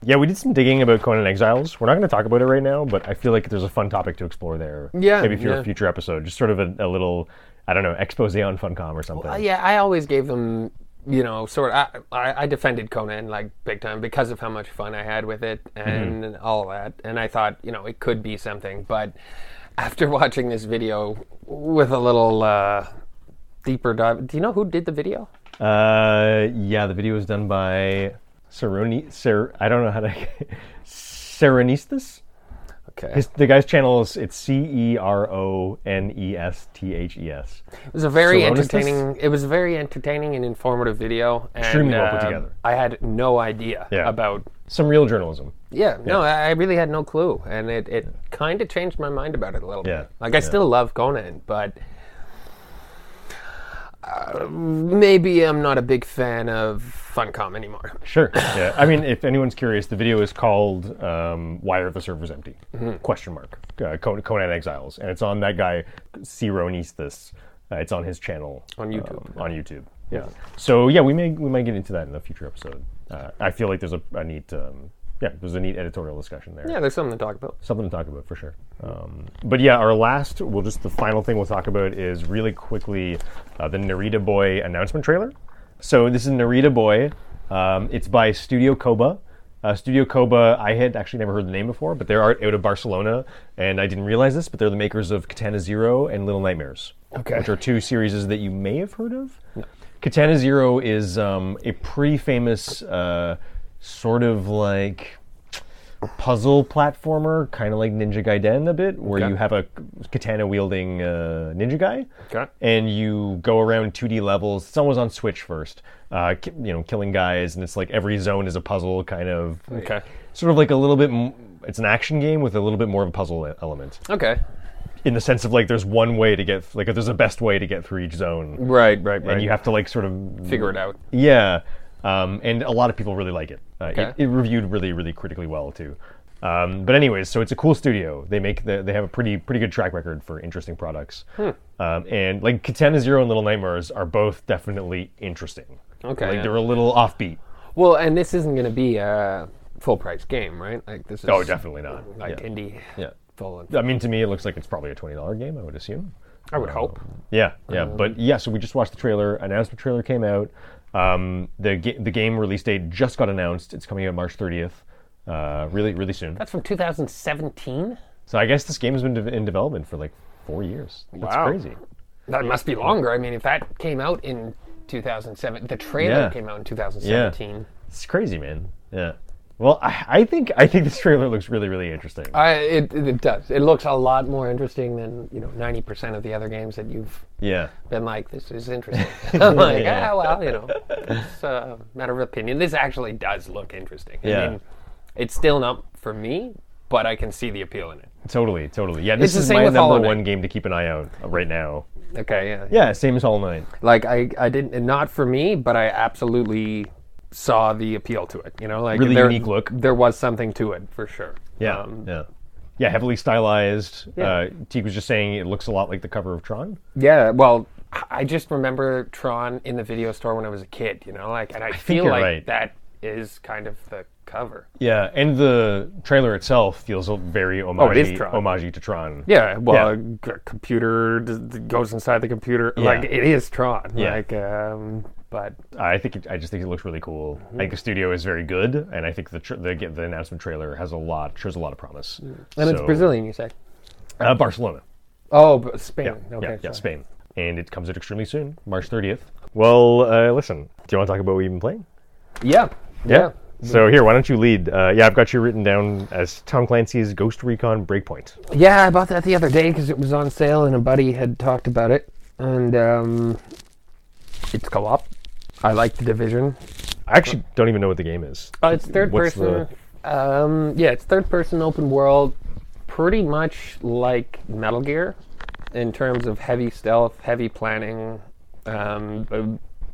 A: Yeah, we did some digging about Conan Exiles. We're not going to talk about it right now, but I feel like there's a fun topic to explore there.
B: Yeah,
A: maybe for
B: yeah.
A: a future episode, just sort of a, a little, I don't know, expose on Funcom or something.
B: Uh, yeah, I always gave them, you know, sort of. I, I, I defended Conan like big time because of how much fun I had with it
A: Mm-hmm.
B: and all that. And I thought, you know, it could be something. But after watching this video with a little uh, deeper dive, do you know who did the video?
A: Uh, yeah, the video was done by Seroni. Ser, I don't know how to. Serenistas.
B: Okay.
A: His, the guy's channel is it's C E R O N E S T H E S.
B: It was a very
A: Soronis this?
B: entertaining. It was a very entertaining and informative video. And,
A: Extremely well put
B: um,
A: together.
B: I had no idea
A: Yeah.
B: about
A: Some real journalism.
B: Yeah, no, I I really had no clue, and it, it kind of changed my mind about it a little
A: Yeah,
B: bit. Like I still love Conan, but uh, maybe I'm not a big fan of Funcom anymore.
A: Sure. Yeah. I mean, if anyone's curious, the video is called um, "Why Are the Servers Empty?" Question mark. Uh, Con- Conan Exiles, and it's on that guy Seronistas. Uh, it's on his channel
B: On YouTube.
A: um, on YouTube. Yeah. So yeah, we may we might get into that in a future episode. Uh, I feel like there's a, a neat um, yeah there's a neat editorial discussion there
B: Yeah, there's something to talk about.
A: something to talk about for sure. Um, but yeah, our last, we'll just the final thing we'll talk about is really quickly uh, the Narita Boy announcement trailer. So this is Narita Boy. Um, it's by Studio Koba. Uh, Studio Koba, I had actually never heard the name before, but they're out out of Barcelona, and I didn't realize this, but they're the makers of Katana Zero and Little Nightmares,
B: Okay.
A: which are two series that you may have heard of. Katana Zero is um, a pretty famous uh, sort of like puzzle platformer, kind of like Ninja Gaiden a bit, where
B: Okay.
A: you have a katana wielding uh, ninja guy,
B: Okay.
A: and you go around 2D levels. It's always on Switch first, uh, ki- you know, killing guys, and it's like every zone is a puzzle, kind of.
B: Okay.
A: Sort of like a little bit. M- it's an action game with a little bit more of a puzzle e- element,
B: Okay.
A: in the sense of like there's one way to get, like there's a best way to get through each zone,
B: Right, right, right.
A: and you have to like sort of
B: figure it out.
A: yeah, um, and a lot of people really like it. Uh,
B: Okay.
A: it. It reviewed really, really critically well too. Um, but anyways, so it's a cool studio. They make the, they have a pretty pretty good track record for interesting products.
B: Hmm.
A: Um, and like Katana Zero and Little Nightmares are both definitely interesting.
B: Okay,
A: like
B: yeah.
A: they're a little offbeat.
B: Well, and this isn't going to be a full price game, right? Like this is
A: Oh, definitely not.
B: like
A: yeah.
B: indie.
A: yeah.
B: Full. on.
A: I mean, to me, it looks like it's probably a twenty dollar game. I would assume.
B: I would hope.
A: Uh, Yeah, yeah,
B: Um,
A: but yeah. So we just watched the trailer. Announcement trailer came out. Um, the ga- the game release date just got announced. It's coming out March thirtieth. Uh, really, really soon.
B: That's from 2017.
A: So I guess this game has been de- in development for like four years. That's
B: Wow.
A: crazy.
B: That must be longer. I mean, if that came out in 2007, the trailer
A: Yeah.
B: came out in
A: Yeah,
B: 2017.
A: it's crazy, man. Yeah. Well, I, I think I think this trailer looks really really interesting.
B: I, it, it does. It looks a lot more interesting than you know ninety percent of the other games that you've
A: yeah.
B: been like, this is interesting. I'm like,
A: Yeah.
B: ah, well, you know, it's a matter of opinion. This actually does look interesting.
A: Yeah.
B: I mean, it's still not for me, but I can see the appeal in it.
A: Totally, totally. Yeah, this
B: It's the
A: is
B: same
A: my
B: with Hollow
A: number
B: Knight.
A: one game to keep an eye out right now.
B: Okay, yeah.
A: Yeah, same as Hollow Knight.
B: Like, I, I didn't, not for me, but I absolutely saw the appeal to it. You know, like,
A: Really
B: there,
A: unique look.
B: There was something to it for sure.
A: Yeah,
B: Um,
A: yeah, yeah. Heavily stylized.
B: Yeah.
A: Uh, Teague was just saying it looks a lot like the cover of Tron.
B: Yeah, well, I- I just remember Tron in the video store when I was a kid, you know, like, and I, feel
A: you're
B: like
A: right.
B: that is kind of the cover.
A: Yeah, and the trailer itself feels very homage
B: Oh, it is Tron.
A: homage to Tron.
B: Yeah,
A: Yeah.
B: well, a g- computer d- d- goes inside the computer. Like it is Tron.
A: Yeah.
B: Like, um, but
A: I think it, I just think it looks really cool.
B: Mm-hmm.
A: I think the studio is very good, and I think the tr- the, the announcement trailer has a lot shows a lot of promise.
B: Mm. and it's
A: So-
B: Brazilian, you say?
A: uh, Barcelona.
B: Oh, but Spain. okay.
A: yeah, yeah,
B: sorry.
A: Spain. And it comes out extremely soon, March 30th. Well, uh, listen, do you want to talk about what we've been playing?
B: Yeah. Yeah. Mm-hmm.
A: So here, why don't you lead? Uh, yeah, I've got you written down as Tom Clancy's Ghost Recon Breakpoint.
B: Yeah, I bought that the other day because it was on sale and a buddy had talked about it, and um, it's co-op. I like the division.
A: I actually don't even know what the game is.
B: Uh, it's third
A: What's
B: person. Um, yeah, it's third person open world, pretty much like Metal Gear, in terms of heavy stealth, heavy planning, um, uh,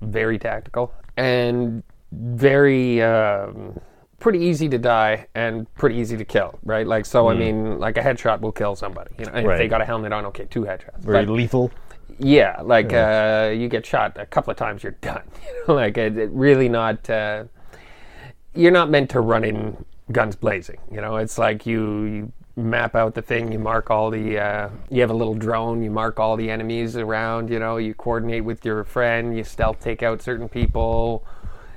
B: very tactical, and very um, pretty easy to die and pretty easy to kill. Right? Like, so I mean, like a headshot will kill somebody. You know, and if they
A: Hmm. Right.
B: got a helmet on, okay, two headshots.
A: Very
B: But-
A: lethal.
B: yeah, like Uh, you get shot a couple of times, you're done. You know, like it, it really not. Uh, you're not meant to run in guns blazing. You know, it's like you, you map out the thing, you mark all the. Uh, you have a little drone, you mark all the enemies around. You know, you coordinate with your friend, you stealth take out certain people.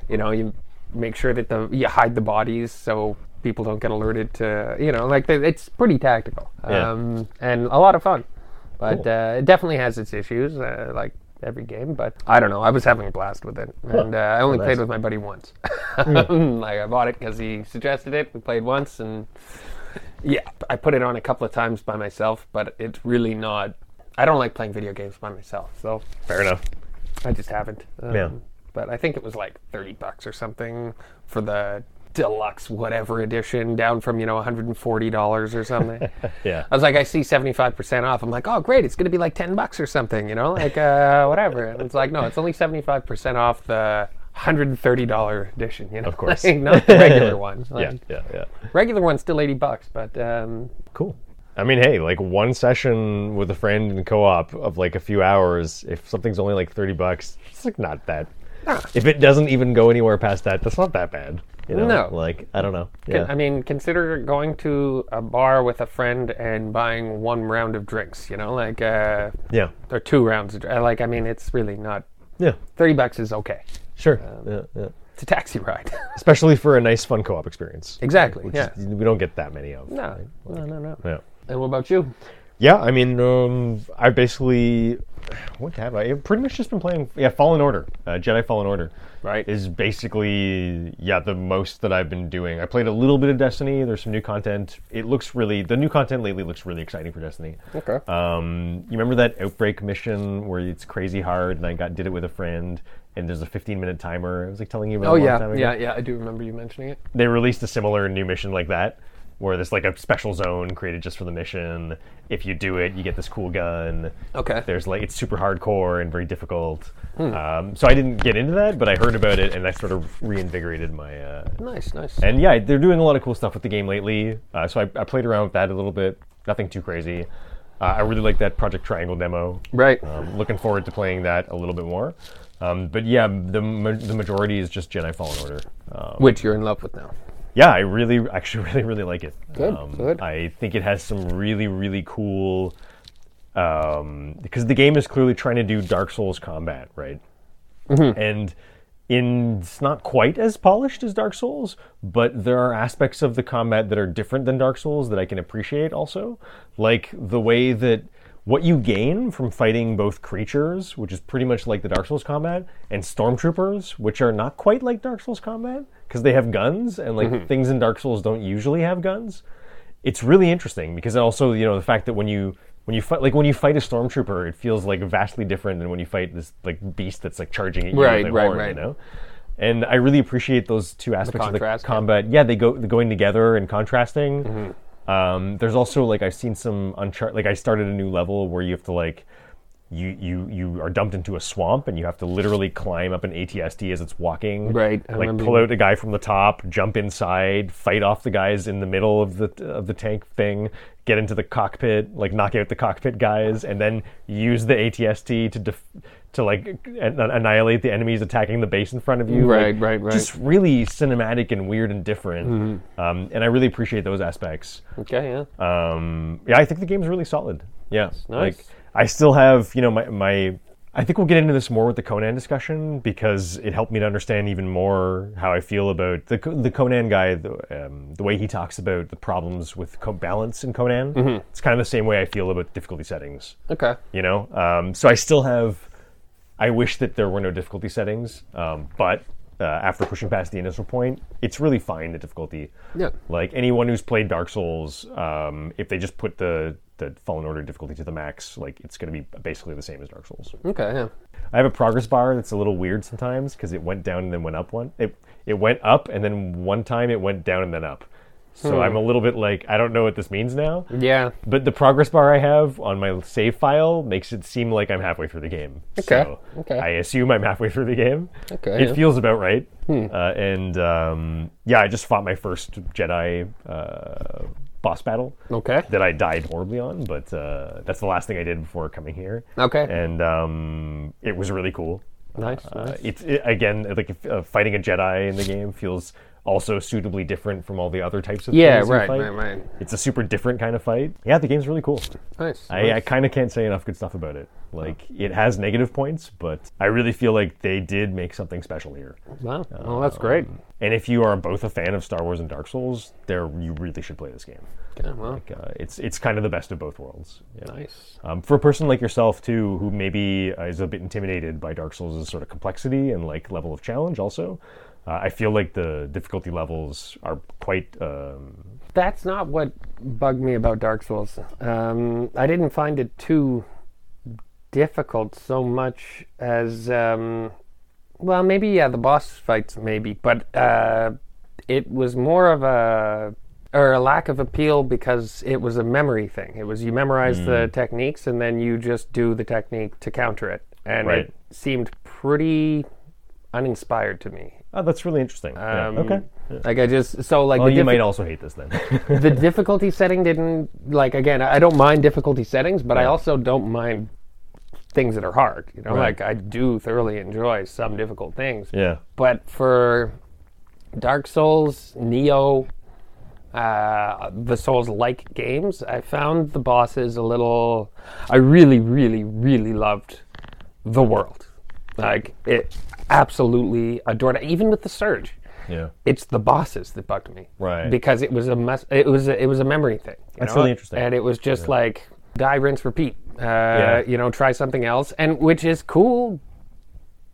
B: You know, you make sure that the you hide the bodies so people don't get alerted to. You know, like the, it's pretty tactical
A: Yeah.
B: um, and a lot of fun. But
A: Cool.
B: uh, it definitely has its issues, uh, like every game. But I don't know. I was having a blast with it, and uh, I only
A: Nice.
B: played with my buddy once. like I bought it because he suggested it. We played once, and yeah, I put it on a couple of times by myself. But it's really not. I don't like playing video games by myself, so
A: Fair enough.
B: I just haven't. Um,
A: Yeah.
B: But I think it was like 30 bucks or something for the deluxe whatever edition, down from, you know, $140 or something.
A: Yeah.
B: I was like, I see 75% off. I'm like, oh, great. It's going to be like 10 bucks or something, you know, like uh, whatever. And it's like, no, it's only 75% off the $130 edition, you know.
A: Of course.
B: Like, not the regular one.
A: Yeah,
B: Like,
A: yeah, yeah.
B: Regular one's still 80 bucks, but um,
A: Cool. I mean, hey, like one session with a friend in co-op of like a few hours. If something's only like thirty bucks, it's like not that. If it doesn't even go anywhere past that, that's not that bad. You know?
B: No.
A: Like I don't know.
B: Con-
A: Yeah.
B: I mean, consider going to a bar with a friend and buying one round of drinks. You know, like uh,
A: yeah.
B: or two rounds. Of, dr- uh, like I mean, it's really not.
A: Yeah.
B: Thirty bucks is okay.
A: Sure.
B: Uh,
A: yeah, yeah.
B: It's a taxi ride.
A: Especially for a nice, fun co-op experience.
B: exactly.
A: Which
B: Yeah.
A: is- we don't get that many of.
B: No. No. No. No.
A: Yeah.
B: And what about you?
A: Yeah, I mean, um, I basically what have I? I've pretty much just been playing. Yeah, Fallen Order, uh, Jedi Fallen Order,
B: Right.
A: is basically yeah the most that I've been doing. I played a little bit of Destiny. There's some new content. It looks really the new content lately looks really exciting for Destiny.
B: Okay.
A: Um, you remember that outbreak mission where it's crazy hard, and I got did it with a friend. And there's a 15 minute timer. I was like telling you about
B: oh
A: a long
B: yeah.
A: time ago
B: Yeah. Yeah. I do remember you mentioning it.
A: they released a similar new mission like that, where there's like a special zone created just for the mission. If you do it, you get this cool gun.
B: Okay.
A: There's like it's super hardcore and very difficult. Um, so I didn't get into that, but I heard about it and that sort of reinvigorated my. Uh,
B: Nice. Nice.
A: and yeah, they're doing a lot of cool stuff with the game lately. Uh, so I, I played around with that a little bit. Nothing too crazy. Uh, I really like that Project Triangle demo.
B: right.
A: Um, looking forward to playing that a little bit more. Um, but yeah, the, ma- the majority is just Jedi Fallen Order. Um,
B: Which you're in love with now.
A: yeah, I really, actually, really, really like it. Um,
B: Good, good.
A: I think it has some really, really cool. Um, because the game is clearly trying to do Dark Souls combat, right? And in, it's not quite as polished as Dark Souls, but there are aspects of the combat that are different than Dark Souls that I can appreciate also. Like the way that what you gain from fighting both creatures, which is pretty much like the Dark Souls combat, and stormtroopers, which are not quite like Dark Souls combat because they have guns and like things in Dark Souls don't usually have guns. It's really interesting because also you know the fact that when you when you fight like when you fight a stormtrooper, it feels like vastly different than when you fight this like beast that's like charging at you
B: Right,
A: with a
B: right,
A: horn, you
B: right.
A: know. And I really appreciate those two aspects of
B: contrast,
A: the
B: yeah.
A: combat. Yeah, they go the going together and contrasting.
B: Mm-hmm.
A: Um, there's also like I've seen some unchar like I started a new level where you have to like you you you are dumped into a swamp and you have to literally climb up an ATSD as it's walking.
B: Right, I
A: Like
B: remember
A: pull out a guy from the top, jump inside, fight off the guys in the middle of the of the tank thing, get into the cockpit, like knock out the cockpit guys, and then use the ATST to def- to like an- annihilate the enemies attacking the base in front of you. Like,
B: Right, right, Mm-hmm. right.
A: Just really cinematic and weird and different, um, and I really appreciate those aspects.
B: Okay, yeah.
A: Um, yeah, I think the game's really solid. Yeah,
B: nice.
A: like I still have, you know, my my. I think we'll get into this more with the Conan discussion because it helped me to understand even more how I feel about the Co- the Conan guy, the, um, the way he talks about the problems with co- balance in Conan. It's kind of the same way I feel about difficulty settings
B: okay.
A: you know um, so i still have i wish that there were no difficulty settings um, but uh, after pushing past the initial point it's really fine the difficulty
B: Yeah.
A: like anyone who's played dark souls um, if they just put the the fallen order difficulty to the max like it's going to be basically the same as dark souls
B: Okay, yeah.
A: i have a progress bar that's a little weird sometimes because it went down and then went up one it, it went up and then one time it went down and then up so i'm a little bit like i don't know what this means now
B: Yeah.
A: but the progress bar I have on my save file makes it seem like I'm halfway through the game.
B: Okay,
A: So
B: okay.
A: I assume I'm halfway through the game.
B: Okay,
A: It
B: yeah. Hmm.
A: feels about right. Uh, and um, yeah, I just fought my first Jedi uh, boss battle.
B: Okay.
A: That I died horribly on, but uh, that's the last thing I did before coming here.
B: Okay.
A: And um, it was really cool.
B: Nice.
A: Uh,
B: nice.
A: it's it, again like uh, fighting a Jedi in the game feels also suitably different from all the other types of
B: Yeah,
A: things you
B: right,
A: fight.
B: right, right.
A: It's a super different kind of fight. Yeah, the game's really cool.
B: Nice.
A: I, I kind of can't say enough good stuff about it. Like it has negative points, but I really feel like they did make something special here.
B: wow. well, that's great.
A: And if you are both a fan of Star Wars and Dark Souls, there you really should play this game.
B: Yeah, well,
A: Uh, it's it's kind of the best of both worlds. Yeah.
B: nice.
A: Um, for a person like yourself too, who maybe uh, is a bit intimidated by Dark Souls' sort of complexity and like level of challenge, also, uh, I feel like the difficulty levels are quite. Um,
B: That's not what bugged me about Dark Souls. Um, I didn't find it too difficult so much as, um, well, maybe, yeah, the boss fights, maybe, but uh, it was more of a. Or a lack of appeal because it was a memory thing. It was you memorize the
A: Hmm.
B: techniques and then you just do the technique to counter it. And
A: Right.
B: it seemed pretty uninspired to me.
A: oh, that's really interesting. Yeah,
B: Um,
A: Okay.
B: Like I just so like
A: Well,
B: the,
A: you
B: diffi-
A: might also hate this then.
B: the difficulty setting didn't like again. I don't mind difficulty settings, but I also don't mind things that are hard. You know,
A: Right.
B: like I do thoroughly enjoy some difficult things.
A: yeah.
B: But for Dark Souls, Neo, uh, the Souls like games, I found the bosses a little. I really, really, really loved the world. Like, it absolutely adored it, even with the Surge.
A: Yeah.
B: It's the bosses that bugged me,
A: Right.
B: Because it was a mess. It was a, it was a memory thing. you
A: That's
B: know?
A: really interesting.
B: And it was just like die, rinse, repeat. Uh, You know, try something else, and which is cool,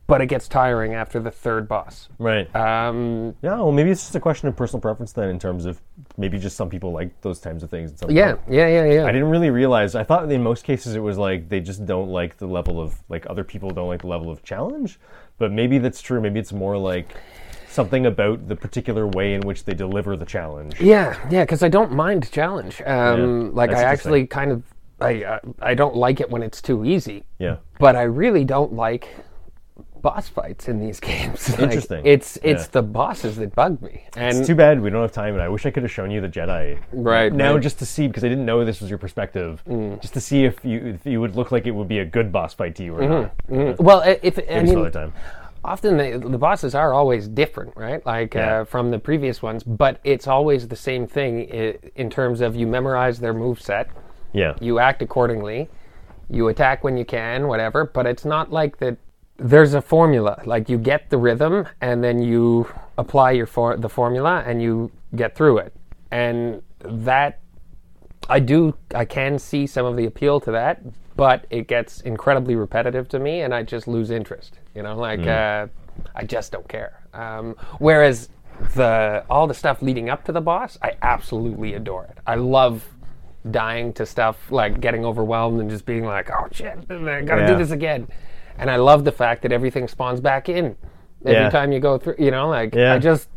B: but it gets tiring after the third boss.
A: Right.
B: Um,
A: Yeah, well, maybe it's just a question of personal preference then, in terms of maybe just some people like those types of things. And some
B: yeah,
A: don't.
B: yeah, yeah,
A: Oh. I
B: yeah.
A: didn't really realize. I thought in most cases it was like they just don't like the level of like other people don't like the level of challenge, but maybe that's true. Maybe it's more like something about the particular way in which they deliver the challenge.
B: Yeah, yeah, because I don't mind challenge. Um,
A: Yeah,
B: like
A: that's
B: I actually kind of I uh, I don't like it when it's too easy.
A: Yeah.
B: But I really don't like boss fights in these games. Like,
A: Interesting.
B: it's it's
A: Yeah.
B: the bosses that bug me. And
A: It's too bad we don't have time, and I wish I could have shown you the Jedi
B: Right,
A: now
B: right. Mm.
A: just to see because I didn't know this was your perspective, just to see if you if you would look like it would be a good boss fight to you or not.
B: Mm, well, i- if I
A: Maybe some
B: mean,
A: other time.
B: often the, the bosses are always different, right? Like
A: Yeah.
B: uh, from the previous ones, but it's always the same thing i- in terms of you memorize their move set,
A: Yeah.
B: you act accordingly, you attack when you can, whatever. But it's not like that. There's a formula. Like you get the rhythm, and then you apply your for the formula, and you get through it. And that I do, I can see some of the appeal to that, but it gets incredibly repetitive to me, and I just lose interest. You know, like
A: Mm.
B: uh, I just don't care. Um, whereas the all the stuff leading up to the boss, I absolutely adore it. I love dying to stuff, like getting overwhelmed and just being like, "Oh shit, I gotta do
A: Yeah.
B: this again." And I love the fact that everything spawns back in every
A: Yeah.
B: time you go through. You know, like I
A: Yeah.
B: just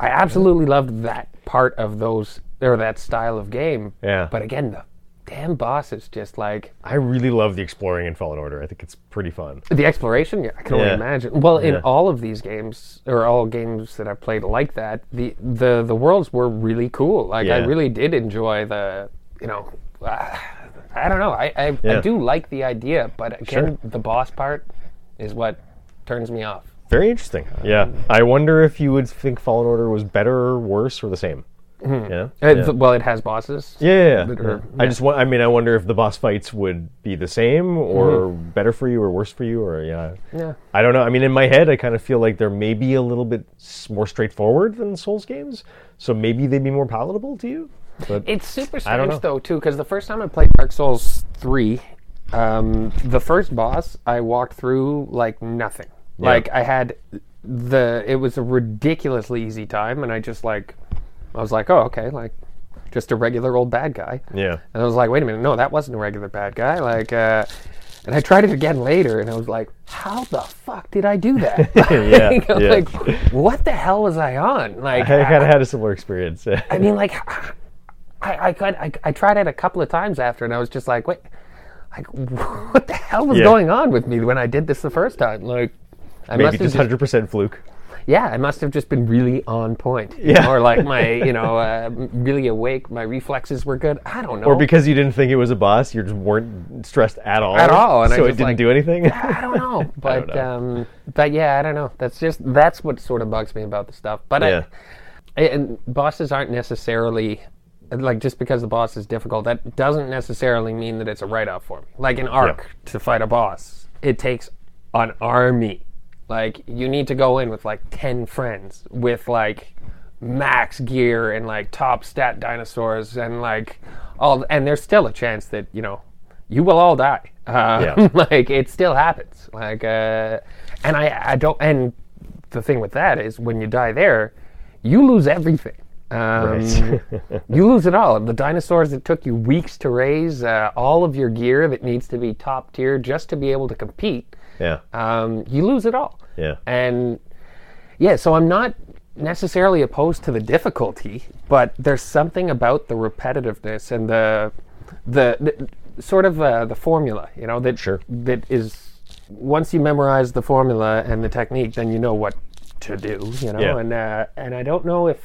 B: I absolutely loved that part of those or that style of game.
A: Yeah.
B: But again, the damn boss is just like
A: I really love the exploring in Fallen Order. I think it's pretty fun.
B: the exploration. Yeah, I can only
A: Yeah.
B: imagine. Well, in
A: Yeah.
B: all of these games or all games that I've played like that, the the the worlds were really cool. Like I
A: Yeah.
B: really did enjoy the you know. Uh, I don't know. I I, I
A: Yeah.
B: do like the idea, but again,
A: Sure.
B: the boss part is what turns me off.
A: Very interesting. Yeah. I wonder if you would think Fallen Order was better or worse or the same. Yeah.
B: Uh,
A: yeah.
B: th- well, it has bosses.
A: Yeah, yeah, yeah.
B: that are-
A: I just want. I mean, I wonder if the boss fights would be the same or better for you or worse for you or yeah.
B: Hmm. Yeah.
A: I don't know. I mean, in my head, I kind of feel like they're maybe a little bit s- more straightforward than Souls games, so maybe they'd be more palatable to you. But
B: It's super
A: I don't
B: strange
A: know.
B: though too, because the first time I played Dark Souls three, um, the first boss I walked through like nothing. Like I had the it was a ridiculously easy time, and I just like I was like, oh okay, like just a regular old bad guy.
A: yeah,
B: And I was like, wait a minute, no, that wasn't a regular bad guy. Like, uh, and I tried it again later, and I was like, how the fuck did I do that?
A: Yeah,
B: Like, I'm
A: yeah.
B: like, what the hell was I on? Like,
A: I kind of had a similar experience.
B: I mean, like, I I, could, I I tried it a couple of times after, and I was just like, wait, like, what the hell was
A: Yeah.
B: going on with me when I did this the first time? Like, I must
A: maybe
B: have
A: just
B: just,
A: hundred percent fluke.
B: yeah, I must have just been really on point,
A: Yeah.
B: or like my, you know, uh, really awake. My reflexes were good. I don't know.
A: Or because you didn't think it was a boss, you just weren't stressed at all.
B: At all, and I
A: so it
B: just,
A: didn't
B: like-
A: do anything.
B: I don't know, but
A: don't
B: Um, but yeah, I don't know. That's just that's what sort of bugs me about the stuff. But I-
A: Yeah.
B: I, and bosses aren't necessarily like just because the boss is difficult. That doesn't necessarily mean that it's a write off for me. Like an arc to fight a boss, it takes an army. Like you need to go in with like ten friends with like max gear and like top stat dinosaurs and like all and there's still a chance that you know you will all die. Uh,
A: Yeah.
B: like it still happens. Like, uh, and I, I don't. And the thing with that is, when you die there, you lose everything. Um,
A: Right.
B: you lose it all. The dinosaurs that took you weeks to raise, uh, all of your gear that needs to be top tier just to be able to compete.
A: yeah,
B: Um, you lose it all.
A: yeah.
B: And yeah, so I'm not necessarily opposed to the difficulty, but there's something about the repetitiveness and the the, the sort of uh, the formula, you know, that
A: Sure.
B: that is once you memorize the formula and the technique, then you know what to do, you know.
A: Yeah.
B: And uh, and I don't know if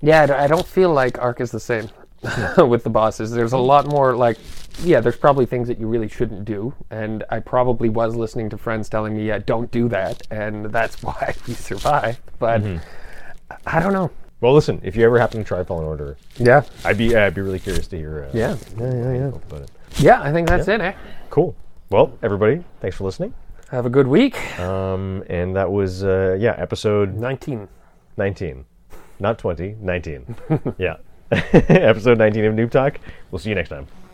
B: yeah, I d- I don't feel like Ark is the same with the bosses. There's a lot more like, yeah, there's probably things that you really shouldn't do, and I probably was listening to friends telling me, yeah, don't do that, and that's why we survived. But I I don't know.
A: Well, listen, if you ever happen to try Fallen Order,
B: Yeah,
A: I'd be I'd be really curious to hear. Uh,
B: yeah, yeah, yeah, yeah.
A: About it.
B: Yeah, I think that's it. Eh?
A: Cool. Well, everybody, thanks for listening.
B: Have a good week.
A: Um, and that was uh, yeah, episode
B: Nineteen.
A: 19, not 20, 19. yeah, episode 19 of Noob Talk. We'll see you next time.